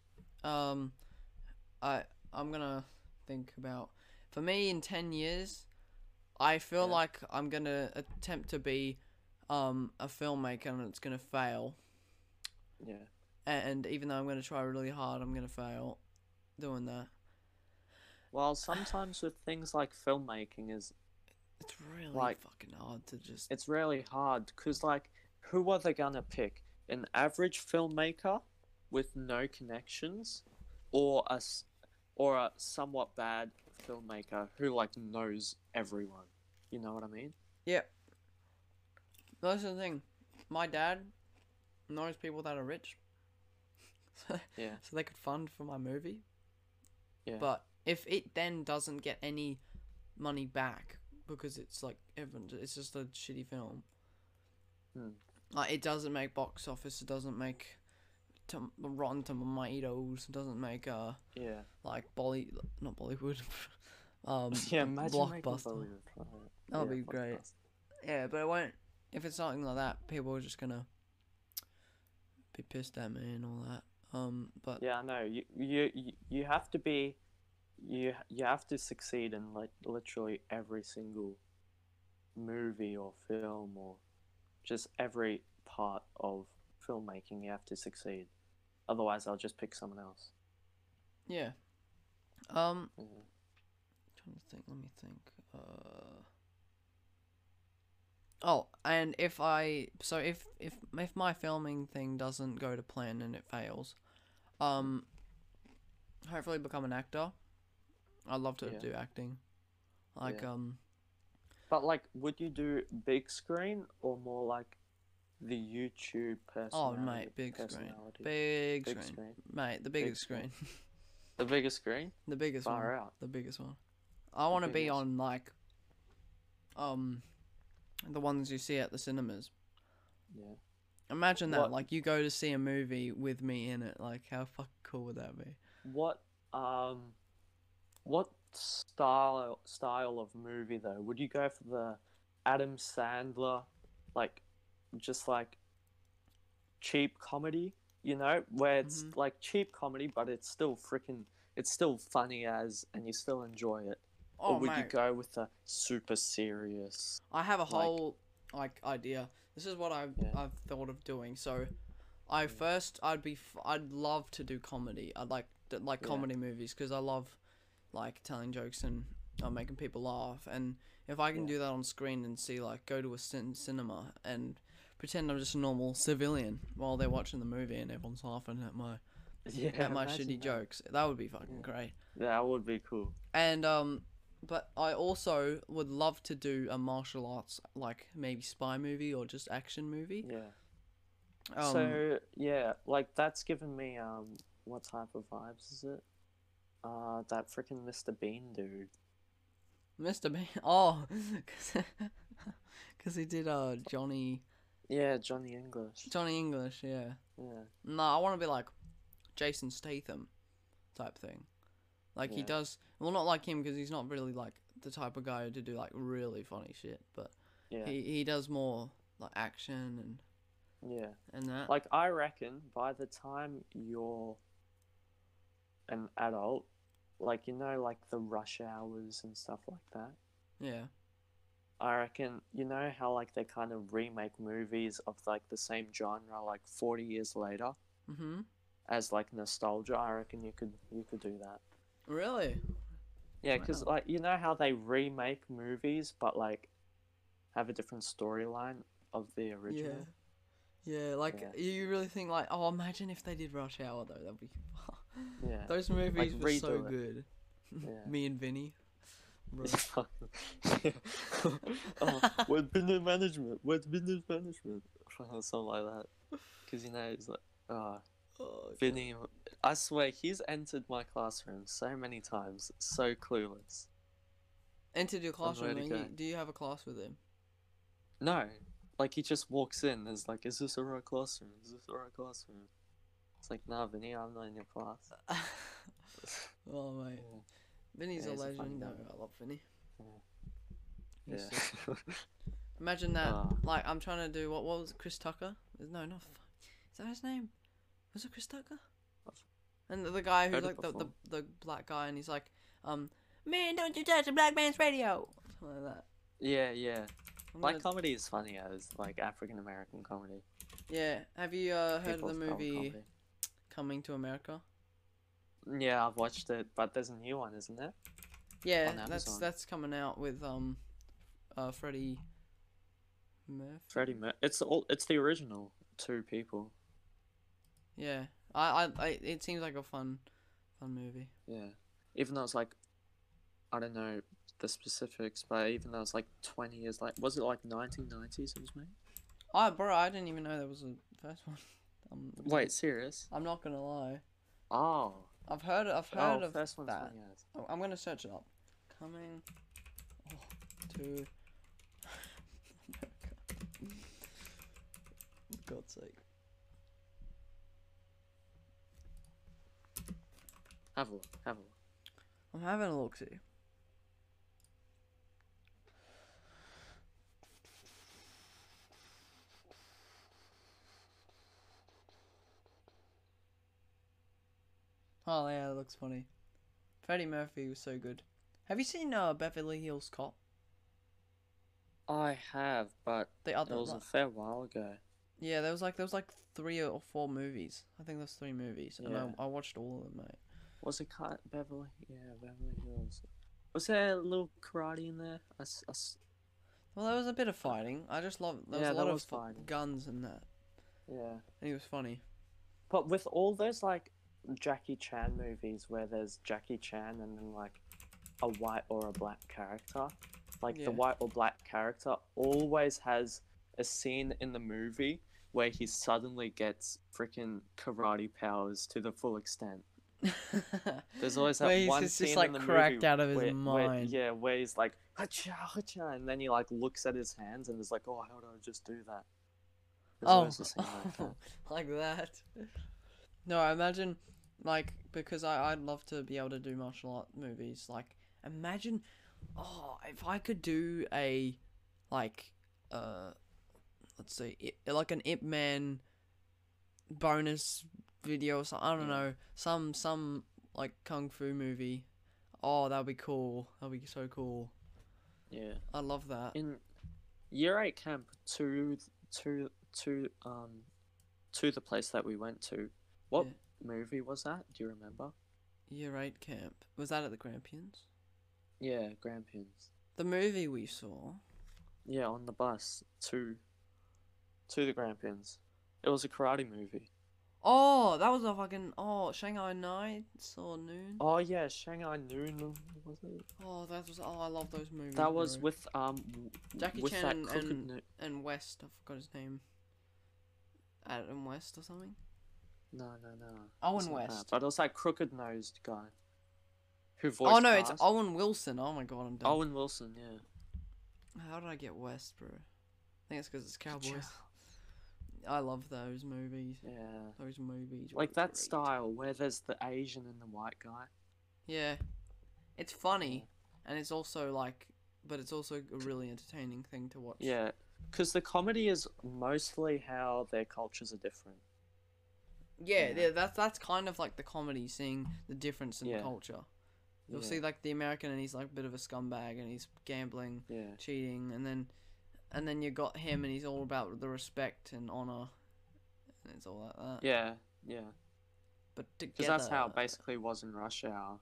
[SPEAKER 1] Um, I I'm gonna think about for me in ten years. I feel
[SPEAKER 2] Yeah.
[SPEAKER 1] like I'm gonna attempt to be um a filmmaker and it's gonna fail.
[SPEAKER 2] Yeah.
[SPEAKER 1] And even though I'm gonna try really hard, I'm gonna fail doing that.
[SPEAKER 2] Well, sometimes with things like filmmaking, is
[SPEAKER 1] It's really
[SPEAKER 2] Like-
[SPEAKER 1] fucking hard to just
[SPEAKER 2] it's really hard because like, who are they gonna pick? An average filmmaker with no connections, or a s- or a somewhat bad filmmaker who like knows everyone. You know what I mean?
[SPEAKER 1] yeah. That's the thing. My dad knows people that are rich, so
[SPEAKER 2] Yeah.
[SPEAKER 1] so they could fund for my movie.
[SPEAKER 2] Yeah.
[SPEAKER 1] But if it then doesn't get any money back because it's like everyone, it's just a shitty film.
[SPEAKER 2] Hmm.
[SPEAKER 1] Like it doesn't make box office. It doesn't make tom- Rotten Tomatoes. It doesn't make uh
[SPEAKER 2] Yeah.
[SPEAKER 1] like Bolly, not Bollywood. um,
[SPEAKER 2] Yeah. Imagine making
[SPEAKER 1] Blockbuster.
[SPEAKER 2] Bollywood. Right.
[SPEAKER 1] That'd
[SPEAKER 2] Yeah,
[SPEAKER 1] be great.
[SPEAKER 2] blockbuster.
[SPEAKER 1] Yeah, but it won't. If it's something like that, people are just gonna be pissed at me and all that. Um, but
[SPEAKER 2] Yeah, I know. You you you- you have to be, you you have to succeed in like literally every single movie or film or just every part of filmmaking. You have to succeed. Otherwise, I'll just pick someone else.
[SPEAKER 1] yeah. Um,
[SPEAKER 2] Yeah.
[SPEAKER 1] trying to think. Let me think. Uh. Oh, and if I so if if if my filming thing doesn't go to plan and it fails, um, hopefully become an actor. I'd love to
[SPEAKER 2] Yeah.
[SPEAKER 1] do acting, like
[SPEAKER 2] Yeah.
[SPEAKER 1] um,
[SPEAKER 2] But like, would you do big screen or more like the YouTube personality?
[SPEAKER 1] oh mate, big screen,
[SPEAKER 2] personality?
[SPEAKER 1] big,
[SPEAKER 2] Big
[SPEAKER 1] screen.
[SPEAKER 2] screen.
[SPEAKER 1] mate, the
[SPEAKER 2] Big
[SPEAKER 1] biggest
[SPEAKER 2] screen.
[SPEAKER 1] screen,
[SPEAKER 2] The bigger screen.
[SPEAKER 1] the biggest one.
[SPEAKER 2] Far out.
[SPEAKER 1] The biggest one. I want to be
[SPEAKER 2] biggest.
[SPEAKER 1] on like, um, the ones you see at the cinemas.
[SPEAKER 2] Yeah.
[SPEAKER 1] Imagine that.
[SPEAKER 2] What-
[SPEAKER 1] Like you go to see a movie with me in it. Like how fucking cool would that be?
[SPEAKER 2] What um, what style style of movie though? Would you go for the Adam Sandler, like, just like cheap comedy? You know, where it's
[SPEAKER 1] Mhm.
[SPEAKER 2] like cheap comedy, but it's still freaking, it's still funny as, and you still enjoy it.
[SPEAKER 1] Oh
[SPEAKER 2] or would
[SPEAKER 1] mate,
[SPEAKER 2] you go with the super serious?
[SPEAKER 1] I have a
[SPEAKER 2] like-
[SPEAKER 1] whole like, idea. This is what I've
[SPEAKER 2] Yeah.
[SPEAKER 1] I've thought of doing. So, I first I'd be f- I'd love to do comedy. I'd like d- like
[SPEAKER 2] Yeah.
[SPEAKER 1] comedy movies because I love like telling jokes and uh, making people laugh. And if I can
[SPEAKER 2] Yeah.
[SPEAKER 1] do that on screen and see like go to a cin- cinema and pretend I'm just a normal civilian while they're watching the movie and everyone's laughing at my
[SPEAKER 2] Yeah,
[SPEAKER 1] at my
[SPEAKER 2] imagine
[SPEAKER 1] shitty
[SPEAKER 2] that.
[SPEAKER 1] jokes, that would be fucking
[SPEAKER 2] Yeah.
[SPEAKER 1] great.
[SPEAKER 2] That would be cool.
[SPEAKER 1] And um, but I also would love to do a martial arts like maybe spy movie or just action movie.
[SPEAKER 2] Yeah.
[SPEAKER 1] Um,
[SPEAKER 2] so yeah, like that's given me um what type of vibes is it? Uh that freaking Mr. Bean dude.
[SPEAKER 1] Mr. Bean. Oh, because he did uh Johnny
[SPEAKER 2] Yeah, Johnny English.
[SPEAKER 1] Johnny English. Yeah.
[SPEAKER 2] Yeah.
[SPEAKER 1] No, I want to be like Jason Statham type thing. Like he
[SPEAKER 2] Yeah.
[SPEAKER 1] does well, not like him because he's not really like the type of guy to do like really funny shit. But
[SPEAKER 2] Yeah.
[SPEAKER 1] he he does more like action
[SPEAKER 2] yeah.
[SPEAKER 1] and and that.
[SPEAKER 2] Like I reckon by the time you're an adult, like you know like the rush hours and stuff like that.
[SPEAKER 1] yeah.
[SPEAKER 2] I reckon you know how like they kind of remake movies of like the same genre like 40 years later
[SPEAKER 1] Mhm.
[SPEAKER 2] as like nostalgia. I reckon you could you could do that.
[SPEAKER 1] Really?
[SPEAKER 2] Yeah,
[SPEAKER 1] Why
[SPEAKER 2] because
[SPEAKER 1] not?
[SPEAKER 2] like you know how they remake movies, but like have a different storyline of the original.
[SPEAKER 1] Yeah. Yeah. Like
[SPEAKER 2] Yeah.
[SPEAKER 1] you really think like oh, imagine if they did Rush Hour though. That'd be
[SPEAKER 2] Yeah,
[SPEAKER 1] those movies were so
[SPEAKER 2] redo it.
[SPEAKER 1] good.
[SPEAKER 2] Yeah.
[SPEAKER 1] Me and Vinny. Bro.
[SPEAKER 2] oh, we're business management. We're business management. Or Something like that. Because you know it's like, oh,
[SPEAKER 1] Oh,
[SPEAKER 2] Vinny. I swear he's entered my classroom so many times, so clueless.
[SPEAKER 1] entered your classroom.
[SPEAKER 2] ready
[SPEAKER 1] and
[SPEAKER 2] to
[SPEAKER 1] you,
[SPEAKER 2] go.
[SPEAKER 1] do you have a class with him?
[SPEAKER 2] No, Like he just walks in. And is like, is this a right classroom? Is this a right classroom? It's like, nah, Vinny, I'm not in your class.
[SPEAKER 1] oh mate, Vinny's
[SPEAKER 2] Yeah,
[SPEAKER 1] a
[SPEAKER 2] he's a funny
[SPEAKER 1] legend.
[SPEAKER 2] guy.
[SPEAKER 1] I love Vinny.
[SPEAKER 2] Yeah.
[SPEAKER 1] He's
[SPEAKER 2] Yeah.
[SPEAKER 1] sick. Imagine that.
[SPEAKER 2] Ah.
[SPEAKER 1] like I'm trying to do what? What was it, Chris Tucker? No, not F- is that his name? Was it Chris Tucker? And the, the guy who's
[SPEAKER 2] Heard it
[SPEAKER 1] like the, the
[SPEAKER 2] before.
[SPEAKER 1] the black guy, and he's like, um, man, don't you touch a black man's radio. Something like that.
[SPEAKER 2] yeah, yeah.
[SPEAKER 1] I'm
[SPEAKER 2] Black
[SPEAKER 1] gonna-
[SPEAKER 2] comedy is funny as like African American comedy.
[SPEAKER 1] yeah. Have you uh, heard of
[SPEAKER 2] People's
[SPEAKER 1] the
[SPEAKER 2] own
[SPEAKER 1] movie Coming to America?
[SPEAKER 2] comedy. Yeah, I've watched it, but there's a new one, isn't there?
[SPEAKER 1] Yeah,
[SPEAKER 2] On
[SPEAKER 1] that's
[SPEAKER 2] Amazon.
[SPEAKER 1] that's coming out with um, uh, Freddie Murphy.
[SPEAKER 2] Freddie Mer- It's all. It's the original two people.
[SPEAKER 1] Yeah, I, I, I it seems like a fun, fun movie.
[SPEAKER 2] Yeah. Even though it's like, I don't know the specifics, but even though it's like 20 years, like was it like 1990s or something?
[SPEAKER 1] I bro, I didn't even know there was a first one. I'm,
[SPEAKER 2] Wait, serious?
[SPEAKER 1] I'm not gonna lie.
[SPEAKER 2] Oh.
[SPEAKER 1] I've heard I've heard
[SPEAKER 2] oh,
[SPEAKER 1] of
[SPEAKER 2] first one's
[SPEAKER 1] that.
[SPEAKER 2] funny as.
[SPEAKER 1] Oh, I'm gonna search it up. Coming Oh, to America. For God's sake.
[SPEAKER 2] Have a look. Have a look.
[SPEAKER 1] I'm having a look see. Oh yeah, that looks funny. Freddie Murphy was so good. Have you seen uh, Beverly Hills Cop?
[SPEAKER 2] I have, but
[SPEAKER 1] The other
[SPEAKER 2] it was
[SPEAKER 1] one.
[SPEAKER 2] a fair while ago.
[SPEAKER 1] Yeah, there was like there was like three or four movies. I think there's three movies, and
[SPEAKER 2] Yeah.
[SPEAKER 1] I, I watched all of them, mate.
[SPEAKER 2] Was it Car- Beverly? Yeah, Beverly Hills. Was there a little karate in there? I, s- I s-
[SPEAKER 1] Well, there was a bit of fighting. I just love there was
[SPEAKER 2] Yeah,
[SPEAKER 1] a lot
[SPEAKER 2] there
[SPEAKER 1] of
[SPEAKER 2] was
[SPEAKER 1] fu-
[SPEAKER 2] fighting.
[SPEAKER 1] guns and that,
[SPEAKER 2] yeah.
[SPEAKER 1] and he was funny.
[SPEAKER 2] But with all those like Jackie Chan movies where there's Jackie Chan and then like a white or a black character, like
[SPEAKER 1] Yeah.
[SPEAKER 2] the white or black character always has a scene in the movie where he suddenly gets freaking karate powers to the full extent. There's always that
[SPEAKER 1] Where he's
[SPEAKER 2] one
[SPEAKER 1] just-
[SPEAKER 2] scene
[SPEAKER 1] just,
[SPEAKER 2] in
[SPEAKER 1] like,
[SPEAKER 2] the
[SPEAKER 1] cracked
[SPEAKER 2] movie
[SPEAKER 1] out of his
[SPEAKER 2] where- where-
[SPEAKER 1] mind.
[SPEAKER 2] yeah, where he's like hacha hacha, and then he like looks at his hands and is like, "Oh, how did I just do that?" There's
[SPEAKER 1] oh,
[SPEAKER 2] always a scene like that.
[SPEAKER 1] like that. No, I imagine like because I I'd love to be able to do martial art movies. Like imagine, oh, if I could do a like uh, let's see, Ip- like an Ip Man bonus video or something. I don't
[SPEAKER 2] Yeah.
[SPEAKER 1] know, some some like kung fu movie. Oh, that'd be cool. That'd be so cool.
[SPEAKER 2] Yeah.
[SPEAKER 1] I love that.
[SPEAKER 2] in year eight camp to to to um to the place that we went to. What
[SPEAKER 1] Yeah.
[SPEAKER 2] movie was that? Do you remember?
[SPEAKER 1] Year eight camp was that at the Grampians?
[SPEAKER 2] Yeah, Grampians.
[SPEAKER 1] The movie we saw.
[SPEAKER 2] Yeah, on the bus to to the Grampians. It was a karate movie.
[SPEAKER 1] Oh, that was a fucking oh Shanghai Nights or Noon.
[SPEAKER 2] Oh yeah, Shanghai Noon was it?
[SPEAKER 1] Oh, that was oh I love those movies.
[SPEAKER 2] That was
[SPEAKER 1] bro.
[SPEAKER 2] with um w-
[SPEAKER 1] Jackie
[SPEAKER 2] with
[SPEAKER 1] Chan
[SPEAKER 2] that
[SPEAKER 1] and-
[SPEAKER 2] crooked
[SPEAKER 1] and-
[SPEAKER 2] no-
[SPEAKER 1] and West. I forgot his name. Adam West or something.
[SPEAKER 2] no no no. it
[SPEAKER 1] Owen
[SPEAKER 2] wasn't that,
[SPEAKER 1] West.
[SPEAKER 2] but it was that crooked nosed guy. Who voiced
[SPEAKER 1] Oh no, it's
[SPEAKER 2] Owen,
[SPEAKER 1] Owen Wilson. Oh my god, I'm done.
[SPEAKER 2] Owen Wilson, yeah.
[SPEAKER 1] How did I get West, bro? I think it's because it's Cowboys.
[SPEAKER 2] Chow.
[SPEAKER 1] I love those movies.
[SPEAKER 2] Yeah.
[SPEAKER 1] Those movies. were
[SPEAKER 2] like that
[SPEAKER 1] great.
[SPEAKER 2] style where there's the Asian and the white guy.
[SPEAKER 1] Yeah, it's funny, and it's also like, but it's also a really entertaining thing to watch.
[SPEAKER 2] Yeah, because the comedy is mostly how their cultures are different.
[SPEAKER 1] Yeah,
[SPEAKER 2] Yeah.
[SPEAKER 1] yeah, that's that's kind of like the comedy, seeing the difference in
[SPEAKER 2] Yeah.
[SPEAKER 1] culture. You'll
[SPEAKER 2] yeah.
[SPEAKER 1] see like the American, and he's like a bit of a scumbag, and he's gambling,
[SPEAKER 2] Yeah,
[SPEAKER 1] cheating, and then, and then you got him, and he's all about the respect and honor, and it's all like that.
[SPEAKER 2] yeah, yeah.
[SPEAKER 1] But
[SPEAKER 2] Because
[SPEAKER 1] together,
[SPEAKER 2] that's how it basically was in Rush Hour.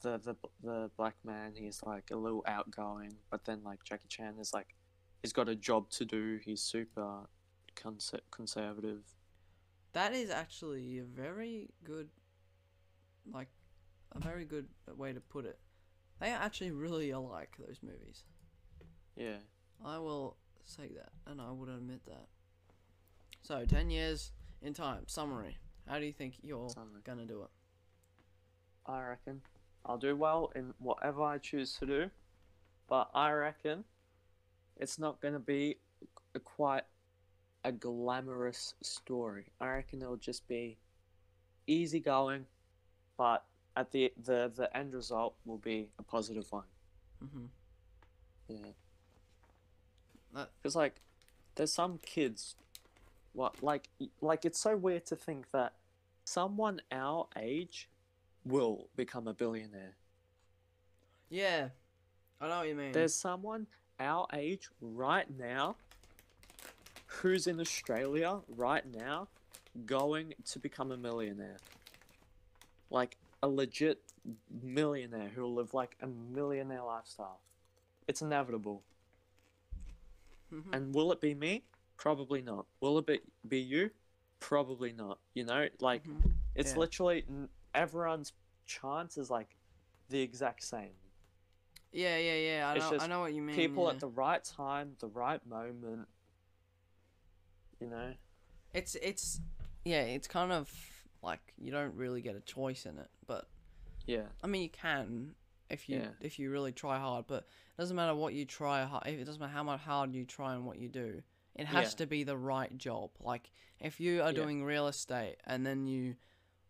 [SPEAKER 2] The the the black man, he's like a little outgoing, but then like Jackie Chan is like, he's got a job to do. He's super conser- conservative.
[SPEAKER 1] that is actually a very good, like, a very good way to put it. They are actually really alike those movies.
[SPEAKER 2] Yeah,
[SPEAKER 1] I will say that, and I would admit that. So, 10 years in time, summary. How do you think you're
[SPEAKER 2] Summary.
[SPEAKER 1] gonna do it?
[SPEAKER 2] I reckon I'll do well in whatever I choose to do, but I reckon it's not gonna be a quite a glamorous story. I reckon it'll just be easygoing, but at the the the end result will be a positive one.
[SPEAKER 1] Mm-hmm.
[SPEAKER 2] Yeah.
[SPEAKER 1] That-
[SPEAKER 2] Because like, there's some kids, what like like it's so weird to think that someone our age will become a billionaire.
[SPEAKER 1] Yeah, I know what you mean.
[SPEAKER 2] There's someone our age right now who's in Australia right now going to become a millionaire. Like a legit millionaire who'll live like a millionaire lifestyle. It's inevitable.
[SPEAKER 1] Mhm.
[SPEAKER 2] And will it be me? Probably not. Will it be, be you? Probably not. You know, like
[SPEAKER 1] Mhm.
[SPEAKER 2] it's
[SPEAKER 1] Yeah.
[SPEAKER 2] literally n- everyone's chance is like the exact same.
[SPEAKER 1] yeah, yeah, yeah. I
[SPEAKER 2] it's
[SPEAKER 1] know, I
[SPEAKER 2] just
[SPEAKER 1] know what you mean.
[SPEAKER 2] people
[SPEAKER 1] yeah.
[SPEAKER 2] at the right time, the right moment. You know,
[SPEAKER 1] It's it's yeah, it's kind of like you don't really get a choice in it, but
[SPEAKER 2] yeah,
[SPEAKER 1] I mean you can if you
[SPEAKER 2] Yeah.
[SPEAKER 1] if you really try hard, but it doesn't matter what you try hard. It doesn't matter how much hard you try and what you do. It has
[SPEAKER 2] Yeah.
[SPEAKER 1] to be the right job. Like if you are
[SPEAKER 2] Yeah.
[SPEAKER 1] doing real estate and then you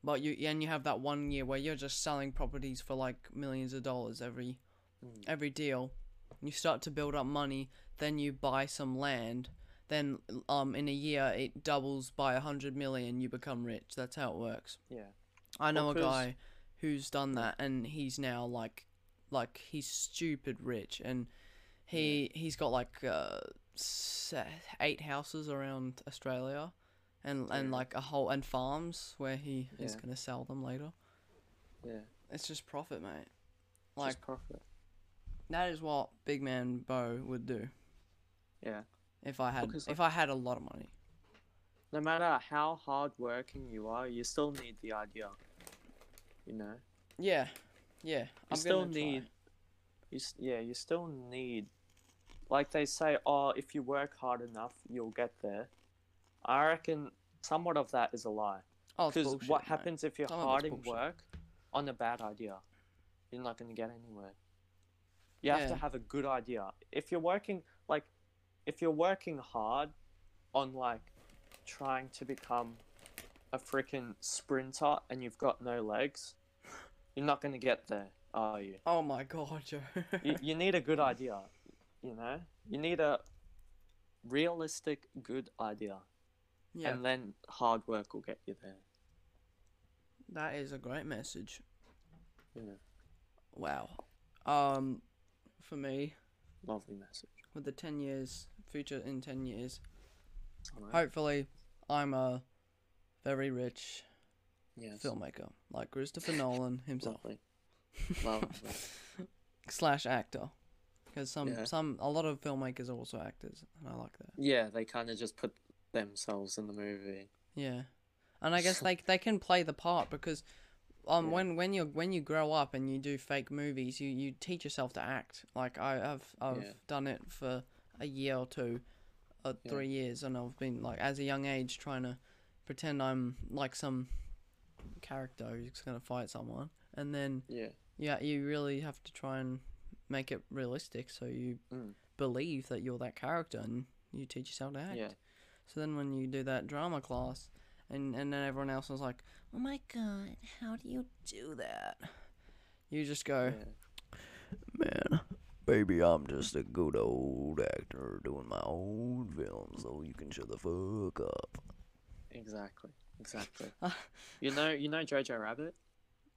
[SPEAKER 1] but you and you have that one year where you're just selling properties for like millions of dollars every
[SPEAKER 2] Mm.
[SPEAKER 1] every deal. You start to build up money, then you buy some land. Then, um, in a year, it doubles by a hundred million. You become rich. That's how it works.
[SPEAKER 2] yeah,
[SPEAKER 1] I know a
[SPEAKER 2] Because-
[SPEAKER 1] guy who's done that, and he's now like, like he's stupid rich, and he he's got like uh, se- eight houses around Australia, and and
[SPEAKER 2] Yeah.
[SPEAKER 1] like a whole and farms where he is
[SPEAKER 2] Yeah.
[SPEAKER 1] gonna sell them later.
[SPEAKER 2] yeah.
[SPEAKER 1] It's just profit, mate.
[SPEAKER 2] Like
[SPEAKER 1] Like
[SPEAKER 2] just profit.
[SPEAKER 1] that is what Big Man Bo would do.
[SPEAKER 2] Yeah.
[SPEAKER 1] If I had
[SPEAKER 2] Because, like-
[SPEAKER 1] if I had a lot of money.
[SPEAKER 2] No matter how hard working you are, you still need the idea. You know,
[SPEAKER 1] Yeah. Yeah.
[SPEAKER 2] you still need. You s- yeah, you still need. Like they say, oh, if you work hard enough, you'll get there. I reckon somewhat of that is a lie.
[SPEAKER 1] Oh, it's
[SPEAKER 2] Because
[SPEAKER 1] bullshit,
[SPEAKER 2] what
[SPEAKER 1] mate.
[SPEAKER 2] happens if you're
[SPEAKER 1] Some of it's
[SPEAKER 2] hard in
[SPEAKER 1] bullshit.
[SPEAKER 2] work on a bad idea? You're not going to get anywhere. You have to
[SPEAKER 1] Yeah.
[SPEAKER 2] have a good idea. If you're working like, if you're working hard on like trying to become a freaking sprinter and you've got no legs, you're not going to get there, are you?
[SPEAKER 1] Oh my god, Joe.
[SPEAKER 2] you? You need a good idea. You know, you need a realistic good idea,
[SPEAKER 1] yeah.
[SPEAKER 2] and then hard work will get you there.
[SPEAKER 1] that is a great message.
[SPEAKER 2] Yeah,
[SPEAKER 1] Wow. Um for me,
[SPEAKER 2] lovely message.
[SPEAKER 1] with the ten years future in ten years,
[SPEAKER 2] Alright.
[SPEAKER 1] hopefully I'm a very rich
[SPEAKER 2] Yes.
[SPEAKER 1] filmmaker. Like Christopher Nolan himself.
[SPEAKER 2] Lovely. Lovely.
[SPEAKER 1] slash actor. Because some
[SPEAKER 2] Yeah.
[SPEAKER 1] some a lot of filmmakers are also actors and I like that.
[SPEAKER 2] yeah, they kind of just put themselves in the movie.
[SPEAKER 1] Yeah, and I guess they they can play the part because um
[SPEAKER 2] Yeah.
[SPEAKER 1] when when you when you grow up and you do fake movies, you you teach yourself to act. Like I have I've
[SPEAKER 2] Yeah.
[SPEAKER 1] done it for a year or two, uh,
[SPEAKER 2] Yeah.
[SPEAKER 1] three years, and I've been like as a young age trying to pretend I'm like some character who's gonna fight someone, and then
[SPEAKER 2] Yeah.
[SPEAKER 1] yeah, you really have to try and make it realistic so you
[SPEAKER 2] Mm.
[SPEAKER 1] believe that you're that character and you teach yourself to act.
[SPEAKER 2] Yeah.
[SPEAKER 1] So then when you do that drama class, and, and then everyone else was like, oh my god, how do you do that? You just go,
[SPEAKER 2] yeah.
[SPEAKER 1] man, baby, I'm just a good old actor doing my own film, so you can shut the fuck up.
[SPEAKER 2] Exactly. Exactly. you know, you know Jojo Rabbit.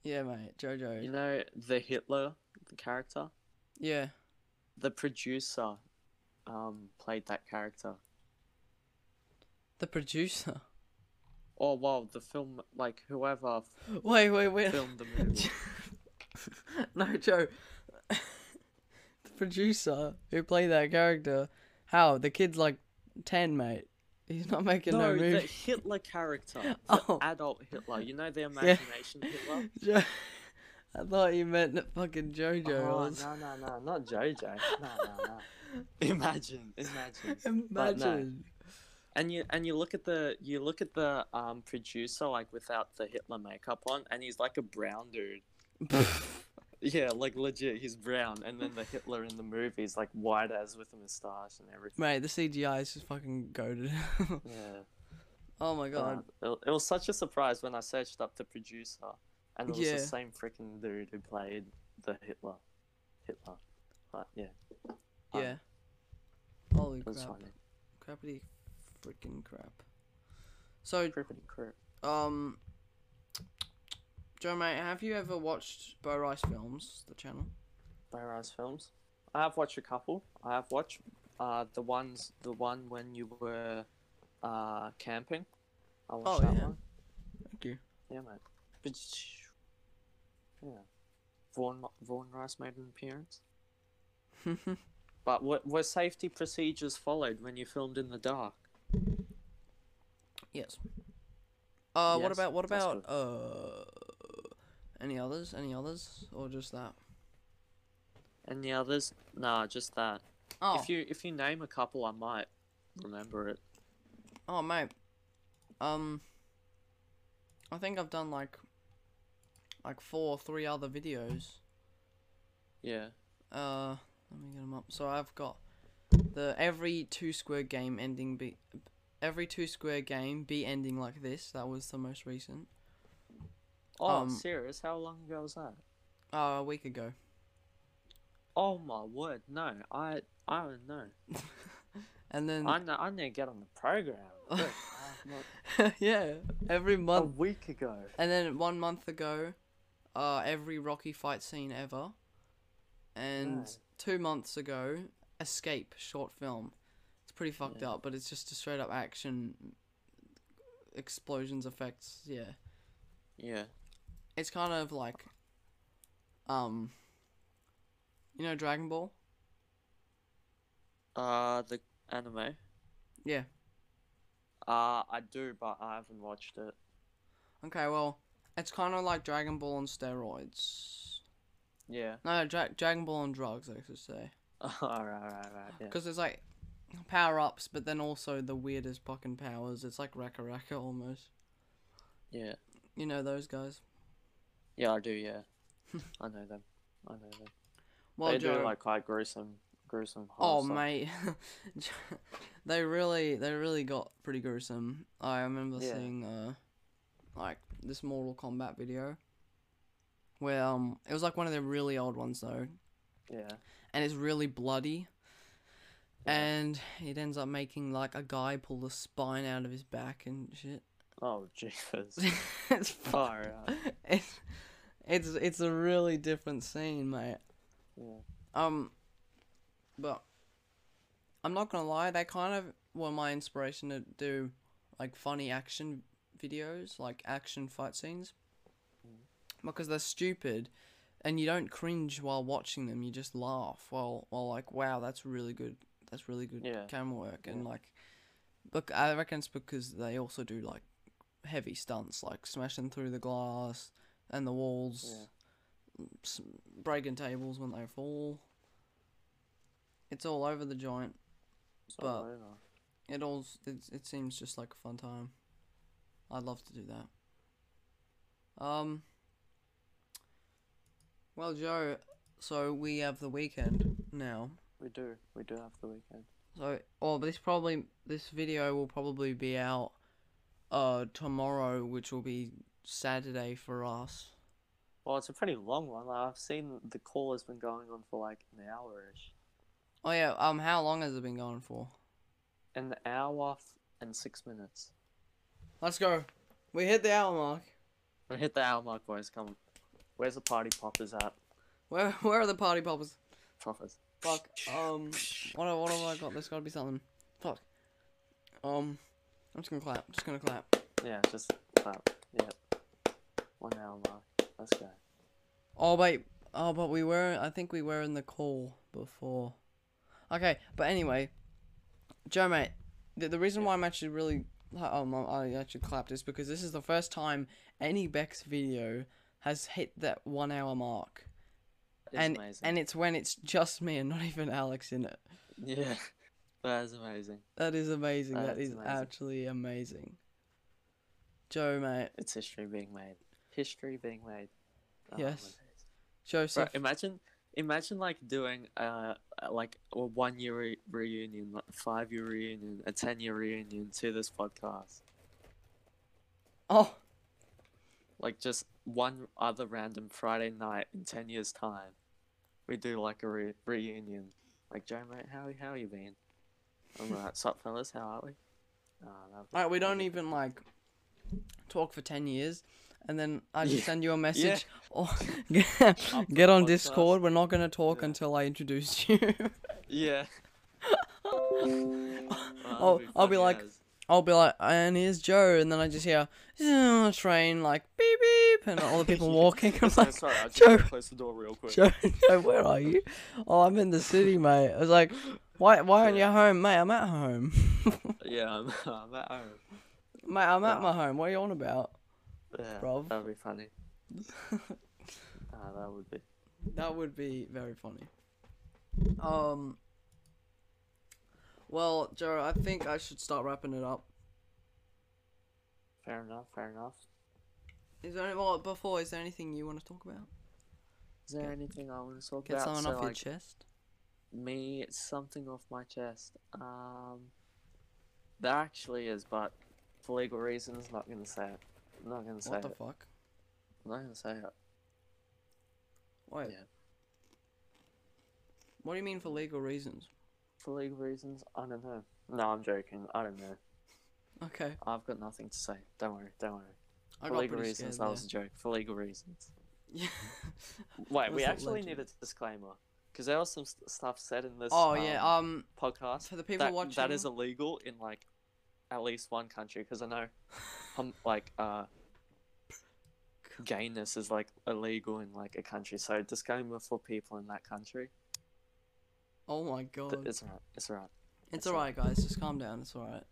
[SPEAKER 1] Yeah, mate,
[SPEAKER 2] You
[SPEAKER 1] JoJo.
[SPEAKER 2] know the Hitler, the character.
[SPEAKER 1] Yeah.
[SPEAKER 2] The producer, um, played that character.
[SPEAKER 1] The producer.
[SPEAKER 2] Oh well, the film, like whoever
[SPEAKER 1] Wait, wait, wait.
[SPEAKER 2] filmed the movie.
[SPEAKER 1] no, Joe. the producer who played that character, how? The kid's like 10, mate. He's not making no,
[SPEAKER 2] no, the
[SPEAKER 1] movie.
[SPEAKER 2] Hitler character, the
[SPEAKER 1] Oh.
[SPEAKER 2] adult Hitler. You know the imagination Hitler.
[SPEAKER 1] Jo- I thought you meant that fucking JoJo. I
[SPEAKER 2] Oh,
[SPEAKER 1] was-
[SPEAKER 2] no, no, no, not Jojo. No, no, no. Imagine, imagine. But no.
[SPEAKER 1] Imagine.
[SPEAKER 2] And you and you look at the you look at the um, producer like without the Hitler makeup on, and he's like a brown dude. Yeah, like legit, he's brown, and then the Hitler in the movie is like white as with a moustache and everything.
[SPEAKER 1] Mate, the CGI is just fucking goaded.
[SPEAKER 2] Yeah.
[SPEAKER 1] oh my god.
[SPEAKER 2] Uh, it, it was such a surprise when I searched up the producer, and it was
[SPEAKER 1] Yeah.
[SPEAKER 2] the same freaking dude who played the Hitler. Hitler. But yeah, um,
[SPEAKER 1] yeah. Holy
[SPEAKER 2] it was
[SPEAKER 1] crap.
[SPEAKER 2] funny.
[SPEAKER 1] Crappity freaking crap. So,
[SPEAKER 2] Crippity crap.
[SPEAKER 1] um, Joe, mate, have you ever watched Bo Rice Films, the channel?
[SPEAKER 2] Bay Rise films. I have watched a couple. I have watched uh, the ones, the one when you were uh, camping. I watched that
[SPEAKER 1] Oh, yeah.
[SPEAKER 2] one.
[SPEAKER 1] Thank you.
[SPEAKER 2] Yeah, mate. But yeah, Vaughn Vaughn Rice made an appearance. But were, were safety procedures followed when you filmed in the dark?
[SPEAKER 1] yes. Uh, what
[SPEAKER 2] Yes,
[SPEAKER 1] about what
[SPEAKER 2] that's
[SPEAKER 1] about uh, any others? Any others, or just that?
[SPEAKER 2] And the others? Nah, just that.
[SPEAKER 1] Oh,
[SPEAKER 2] If you if you name a couple, I might remember it.
[SPEAKER 1] oh, mate. Um, I think I've done like, like four, three other videos.
[SPEAKER 2] Yeah.
[SPEAKER 1] Uh, let me get them up. So I've got the every two square game ending be every two square game be ending like this. That was the most recent.
[SPEAKER 2] Oh,
[SPEAKER 1] Um,
[SPEAKER 2] serious? How long ago was that?
[SPEAKER 1] Uh, a week ago.
[SPEAKER 2] Oh my word! No, I I don't know.
[SPEAKER 1] And then
[SPEAKER 2] I know, I need to get on the program. Look, I have not-
[SPEAKER 1] yeah, every
[SPEAKER 2] a
[SPEAKER 1] month.
[SPEAKER 2] week ago.
[SPEAKER 1] And then one month ago, uh, every Rocky fight scene ever. And
[SPEAKER 2] Right.
[SPEAKER 1] two months ago, Escape short film. It's pretty fucked up, but it's just a straight up action explosions effects. Yeah.
[SPEAKER 2] Yeah.
[SPEAKER 1] it's kind of like um you know Dragon Ball?
[SPEAKER 2] Uh, the anime.
[SPEAKER 1] Yeah.
[SPEAKER 2] Uh, I do, but I haven't watched it.
[SPEAKER 1] Okay, well, it's kind of like Dragon Ball on steroids.
[SPEAKER 2] Yeah.
[SPEAKER 1] No, Dra- Dragon Ball on drugs, I should say.
[SPEAKER 2] alright, alright, alright. Yeah.
[SPEAKER 1] Because there's like power ups, but then also the weirdest fucking powers. It's like Raka Raka almost.
[SPEAKER 2] Yeah.
[SPEAKER 1] You know those guys.
[SPEAKER 2] Yeah, I do. Yeah. I know them. I know them.
[SPEAKER 1] Well,
[SPEAKER 2] they
[SPEAKER 1] Joe.
[SPEAKER 2] do like quite gruesome, gruesome. horror
[SPEAKER 1] oh
[SPEAKER 2] stuff.
[SPEAKER 1] mate, Jo- they really they really got pretty gruesome. I remember
[SPEAKER 2] Yeah.
[SPEAKER 1] seeing uh like this Mortal Kombat video where um it was like one of their really old ones though,
[SPEAKER 2] Yeah.
[SPEAKER 1] and it's really bloody.
[SPEAKER 2] Yeah.
[SPEAKER 1] And it ends up making like a guy pull the spine out of his back and shit.
[SPEAKER 2] Oh Jesus.
[SPEAKER 1] it's fu-
[SPEAKER 2] Alright.
[SPEAKER 1] it's, it's it's a really different scene, mate.
[SPEAKER 2] Yeah.
[SPEAKER 1] Um, but I'm not gonna lie, they kind of were my inspiration to do like funny action videos, like action fight scenes, because they're stupid, and you don't cringe while watching them. You just laugh while while like, wow, that's really good. That's really good
[SPEAKER 2] Yeah.
[SPEAKER 1] camera work, and like, look, I reckon it's because they also do like heavy stunts, like smashing through the glass and the walls
[SPEAKER 2] Yeah.
[SPEAKER 1] s- breaking tables when they fall. It's all over the joint.
[SPEAKER 2] It's
[SPEAKER 1] But-
[SPEAKER 2] all over.
[SPEAKER 1] It all s- it, it seems just like a fun time. I'd love to do that. Um. Well, Joe, so we have the weekend now.
[SPEAKER 2] we do, we do have the weekend.
[SPEAKER 1] So, or this probably this video will probably be out uh tomorrow, which will be Saturday for us.
[SPEAKER 2] Well, it's a pretty long one. Like, I've seen the call has been going on for like an hour ish.
[SPEAKER 1] Oh yeah, um, how long has it been going for?
[SPEAKER 2] An hour f- and six minutes.
[SPEAKER 1] Let's go. We hit the hour mark.
[SPEAKER 2] We hit the hour mark, boys. Come on. Where's the party poppers at?
[SPEAKER 1] Where where are the party poppers?
[SPEAKER 2] Poppers.
[SPEAKER 1] Fuck. Um. What what have I got? There's got to be something. Fuck. Um. I'm just gonna clap. just gonna clap.
[SPEAKER 2] Yeah, just clap. Yeah. One hour mark. Let's go.
[SPEAKER 1] Oh wait. Oh, but we were. I think we were in the call before. Okay. But anyway, Joe mate, the, the reason why I'm actually really um I I actually clapped is because this is the first time any Bex video has hit that one hour mark.
[SPEAKER 2] It's
[SPEAKER 1] and
[SPEAKER 2] amazing.
[SPEAKER 1] and it's when it's just me and not even Alex in it.
[SPEAKER 2] yeah. That is amazing.
[SPEAKER 1] That is amazing. that
[SPEAKER 2] That's
[SPEAKER 1] is
[SPEAKER 2] amazing.
[SPEAKER 1] actually amazing. Joe, mate.
[SPEAKER 2] Oh, It's history being made. History being made.
[SPEAKER 1] Yes. Joseph.
[SPEAKER 2] Bro, imagine, imagine like doing uh like a one year re- reunion, like five year reunion, a ten year reunion to this podcast.
[SPEAKER 1] Oh,
[SPEAKER 2] Like just one other random Friday night in ten years time, we do like a re- reunion. Like Joe, mate, how how you been? All right, sup fellas, how are we? Uh, that'd be-
[SPEAKER 1] like we
[SPEAKER 2] that'd
[SPEAKER 1] don't
[SPEAKER 2] be-
[SPEAKER 1] even like talk for ten years, and then I just
[SPEAKER 2] Yeah.
[SPEAKER 1] send you a message. Or
[SPEAKER 2] the
[SPEAKER 1] get on
[SPEAKER 2] podcast.
[SPEAKER 1] Discord. We're not gonna talk
[SPEAKER 2] Yeah.
[SPEAKER 1] until I introduce you.
[SPEAKER 2] Yeah.
[SPEAKER 1] I'll- I'll be like, I'll be like, and here's Joe, and then I just hear "Zoom," train like beep beep, and all the people walking. I'm like,
[SPEAKER 2] sorry, I just
[SPEAKER 1] Joe-
[SPEAKER 2] gotta close the door real quick.
[SPEAKER 1] Joe, Joe, where are you? Oh, I'm in the city, mate. I was like, why, why aren't you home, mate? I'm at home,
[SPEAKER 2] Yeah, I'm, I'm at home.
[SPEAKER 1] mate. I'm at my
[SPEAKER 2] Nah.
[SPEAKER 1] home. What are you on about?
[SPEAKER 2] Yeah,
[SPEAKER 1] Bruv.
[SPEAKER 2] that'd be funny. Ah, that would be.
[SPEAKER 1] That would be very funny. Um. Well, Joe, I think I should start wrapping it up.
[SPEAKER 2] Fair enough, fair enough.
[SPEAKER 1] Is there any, well before? Is there anything you want to talk about?
[SPEAKER 2] Is there
[SPEAKER 1] Get-
[SPEAKER 2] anything I want to talk
[SPEAKER 1] Get
[SPEAKER 2] about?
[SPEAKER 1] something
[SPEAKER 2] So,
[SPEAKER 1] off your
[SPEAKER 2] like,
[SPEAKER 1] chest.
[SPEAKER 2] me, it's something off my chest. Um, there actually is, but for legal reasons, not gonna say it. I'm not gonna say
[SPEAKER 1] What the
[SPEAKER 2] it.
[SPEAKER 1] fuck?
[SPEAKER 2] I'm not gonna say it.
[SPEAKER 1] Wait.
[SPEAKER 2] Yeah.
[SPEAKER 1] What do you mean for legal reasons?
[SPEAKER 2] For legal reasons, I don't know. No, I'm joking. I don't know.
[SPEAKER 1] Okay,
[SPEAKER 2] I've got nothing to say. Don't worry. Don't worry.
[SPEAKER 1] I
[SPEAKER 2] for
[SPEAKER 1] got
[SPEAKER 2] legal
[SPEAKER 1] pretty
[SPEAKER 2] reasons, that
[SPEAKER 1] scared.
[SPEAKER 2] was a joke. For legal reasons.
[SPEAKER 1] there. Yeah.
[SPEAKER 2] Wait,
[SPEAKER 1] Was
[SPEAKER 2] we
[SPEAKER 1] it
[SPEAKER 2] actually
[SPEAKER 1] legend?
[SPEAKER 2] need a disclaimer because there was some st- stuff said in this.
[SPEAKER 1] oh yeah.
[SPEAKER 2] um,
[SPEAKER 1] Um.
[SPEAKER 2] podcast
[SPEAKER 1] for the people
[SPEAKER 2] that, that is
[SPEAKER 1] watching-
[SPEAKER 2] illegal in like at least one country because I know, hum, like uh, gayness is like illegal in like a country. So disclaimer for people in that country.
[SPEAKER 1] Oh my
[SPEAKER 2] But
[SPEAKER 1] god.
[SPEAKER 2] it's alright. It's alright.
[SPEAKER 1] It's alright, guys. Just calm down. It's alright.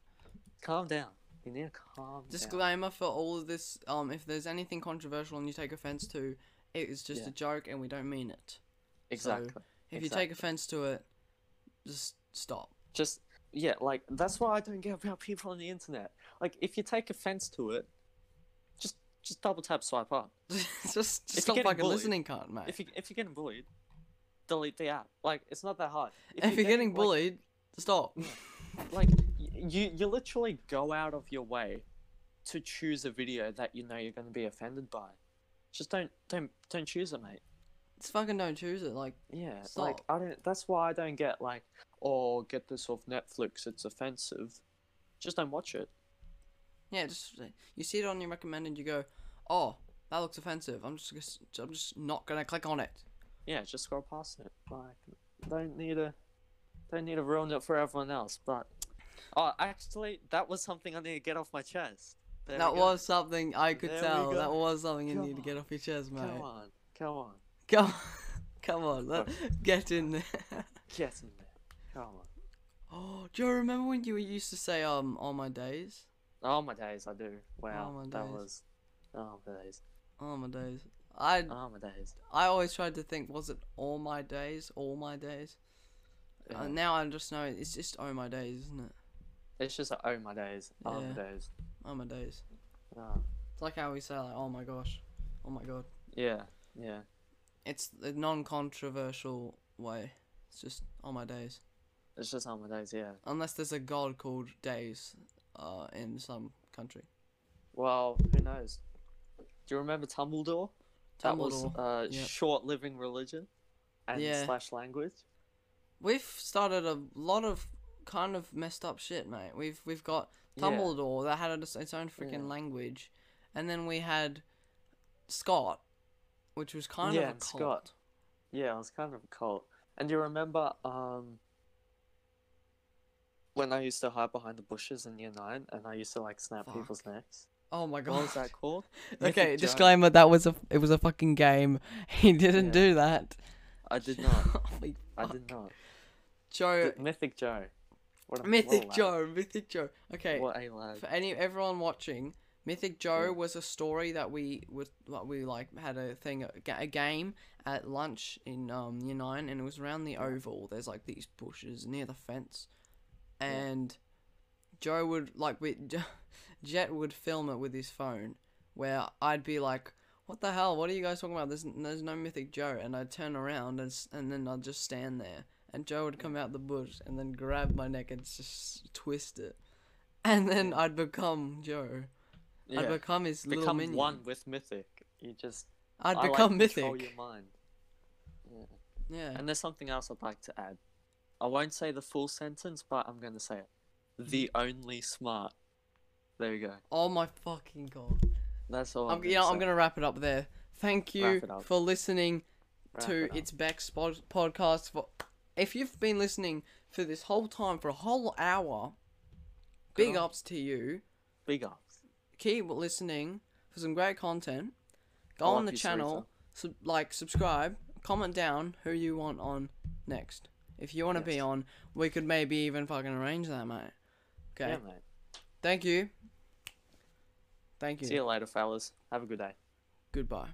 [SPEAKER 2] Calm down. You need to calm down.
[SPEAKER 1] Disclaimer for all of this. Um, if there's anything controversial and you take offense to, it is just
[SPEAKER 2] Yeah.
[SPEAKER 1] a joke and we don't mean it.
[SPEAKER 2] Exactly.
[SPEAKER 1] If you take
[SPEAKER 2] Exactly.
[SPEAKER 1] offense to it, just stop.
[SPEAKER 2] Just yeah, like that's why I don't get about people on the internet. Like if you take offense to it, just just double tap swipe up.
[SPEAKER 1] just just
[SPEAKER 2] you're
[SPEAKER 1] stop
[SPEAKER 2] getting
[SPEAKER 1] fucking
[SPEAKER 2] bullied-
[SPEAKER 1] listening, cunt, mate.
[SPEAKER 2] If you if you're getting bullied, delete the app. Like it's not that hard.
[SPEAKER 1] If, you're getting
[SPEAKER 2] like-
[SPEAKER 1] bullied, stop.
[SPEAKER 2] like y- you you literally go out of your way to choose a video that you know you're going to be offended by just don't don't don't choose it mate
[SPEAKER 1] Just fucking don't choose it. Like,
[SPEAKER 2] yeah like
[SPEAKER 1] Stop.
[SPEAKER 2] i don't that's why i don't get like oh get this off netflix it's offensive just don't watch it
[SPEAKER 1] yeah, just you see it on your recommended, you go, oh, that looks offensive. I'm just, gonna- I'm just not gonna click on it.
[SPEAKER 2] yeah just scroll past it like don't need to don't need to ruin it for everyone else but oh actually that was something i need to get off my chest There we
[SPEAKER 1] that
[SPEAKER 2] go.
[SPEAKER 1] was something I could
[SPEAKER 2] There we
[SPEAKER 1] tell.
[SPEAKER 2] go.
[SPEAKER 1] That was something you
[SPEAKER 2] Come
[SPEAKER 1] need to get off your chest, mate.
[SPEAKER 2] come on come on
[SPEAKER 1] Come, come on, let, get in there.
[SPEAKER 2] get in there come on
[SPEAKER 1] Oh, do you remember when you used to say, um, all my days?
[SPEAKER 2] Oh my days, I do. Wow,
[SPEAKER 1] my
[SPEAKER 2] that
[SPEAKER 1] days.
[SPEAKER 2] was. Oh my days.
[SPEAKER 1] All my days. I,
[SPEAKER 2] Oh my days.
[SPEAKER 1] I always tried to think, was it all my days? All my days?
[SPEAKER 2] Yeah.
[SPEAKER 1] Uh, now I just know it's just oh my days, isn't it?
[SPEAKER 2] it's just like, oh my days. Oh
[SPEAKER 1] Yeah.
[SPEAKER 2] my days.
[SPEAKER 1] Oh my days.
[SPEAKER 2] Oh,
[SPEAKER 1] It's like how we say, like, oh my gosh, oh my god.
[SPEAKER 2] yeah, yeah,
[SPEAKER 1] It's the non-controversial way. It's just oh my days.
[SPEAKER 2] it's just oh my days. Yeah.
[SPEAKER 1] Unless there's a god called Days, uh, in some country.
[SPEAKER 2] Well, who knows? Do you remember Tumbledore? That was
[SPEAKER 1] Dumbledore.
[SPEAKER 2] uh,
[SPEAKER 1] yep.
[SPEAKER 2] short living religion, and
[SPEAKER 1] Yeah.
[SPEAKER 2] slash language.
[SPEAKER 1] We've started a lot of kind of messed up shit, mate. We've we've got
[SPEAKER 2] Yeah.
[SPEAKER 1] Dumbledore that had its its own freaking
[SPEAKER 2] Yeah.
[SPEAKER 1] language, and then we had Scott, which was kind
[SPEAKER 2] Yeah,
[SPEAKER 1] of a
[SPEAKER 2] and
[SPEAKER 1] cult.
[SPEAKER 2] Scott. Yeah, it was kind of a cult. And do you remember um, when I used to hide behind the bushes in year nine, and I used to like snap people's necks?
[SPEAKER 1] Oh my god.
[SPEAKER 2] What was that called? Mythic
[SPEAKER 1] okay,
[SPEAKER 2] Giant-
[SPEAKER 1] disclaimer. That was a it was a fucking game. He didn't
[SPEAKER 2] Yeah.
[SPEAKER 1] do that.
[SPEAKER 2] I did not.
[SPEAKER 1] Holy
[SPEAKER 2] I
[SPEAKER 1] fuck.
[SPEAKER 2] did not.
[SPEAKER 1] Joe,
[SPEAKER 2] Th- Mythic Joe. What a-
[SPEAKER 1] Mythic
[SPEAKER 2] what a lad.
[SPEAKER 1] Joe, Mythic Joe. Okay,
[SPEAKER 2] What a lad.
[SPEAKER 1] for any everyone watching, Mythic Joe
[SPEAKER 2] Yeah.
[SPEAKER 1] was a story that we was what we like had a thing a ga- a game at lunch in um year nine, and it was around the oval. There's like these bushes near the fence, and Joe would like we Jet would film it with his phone, where I'd be like, what the hell? What are you guys talking about? There's, there's no Mythic Joe. And I'd turn around and, s- and then I'd just stand there. And Joe would come out the bush and then grab my neck and just twist it. And then I'd become Joe. I'd
[SPEAKER 2] Yeah.
[SPEAKER 1] become his little
[SPEAKER 2] Become
[SPEAKER 1] minion.
[SPEAKER 2] one with Mythic. You just
[SPEAKER 1] I'd
[SPEAKER 2] I like
[SPEAKER 1] become
[SPEAKER 2] control
[SPEAKER 1] mythic.
[SPEAKER 2] Your mind. Yeah.
[SPEAKER 1] Yeah.
[SPEAKER 2] And there's something else I'd like to add. I won't say the full sentence, but I'm going to say it.
[SPEAKER 1] Mm-hmm.
[SPEAKER 2] The only smart. There you go.
[SPEAKER 1] oh my fucking god.
[SPEAKER 2] That's all.
[SPEAKER 1] I'm, you know, I'm gonna wrap it up there. Thank you
[SPEAKER 2] Oh, Wrap it up.
[SPEAKER 1] for listening
[SPEAKER 2] Wrap
[SPEAKER 1] to
[SPEAKER 2] it up.
[SPEAKER 1] It's Back Spod- podcast. For if you've been listening for this whole time for a whole hour,
[SPEAKER 2] Good
[SPEAKER 1] big
[SPEAKER 2] on.
[SPEAKER 1] ups to you.
[SPEAKER 2] big up.
[SPEAKER 1] Keep listening for some great content. Go
[SPEAKER 2] I
[SPEAKER 1] on
[SPEAKER 2] like
[SPEAKER 1] the
[SPEAKER 2] you,
[SPEAKER 1] channel, sub- like subscribe, comment down who you want on next. If you want to be
[SPEAKER 2] Yes.
[SPEAKER 1] on, we could maybe even fucking arrange that, mate. Okay.
[SPEAKER 2] Yeah, mate.
[SPEAKER 1] Thank you. Thank you.
[SPEAKER 2] See you later, fellas. Have a good day.
[SPEAKER 1] Goodbye.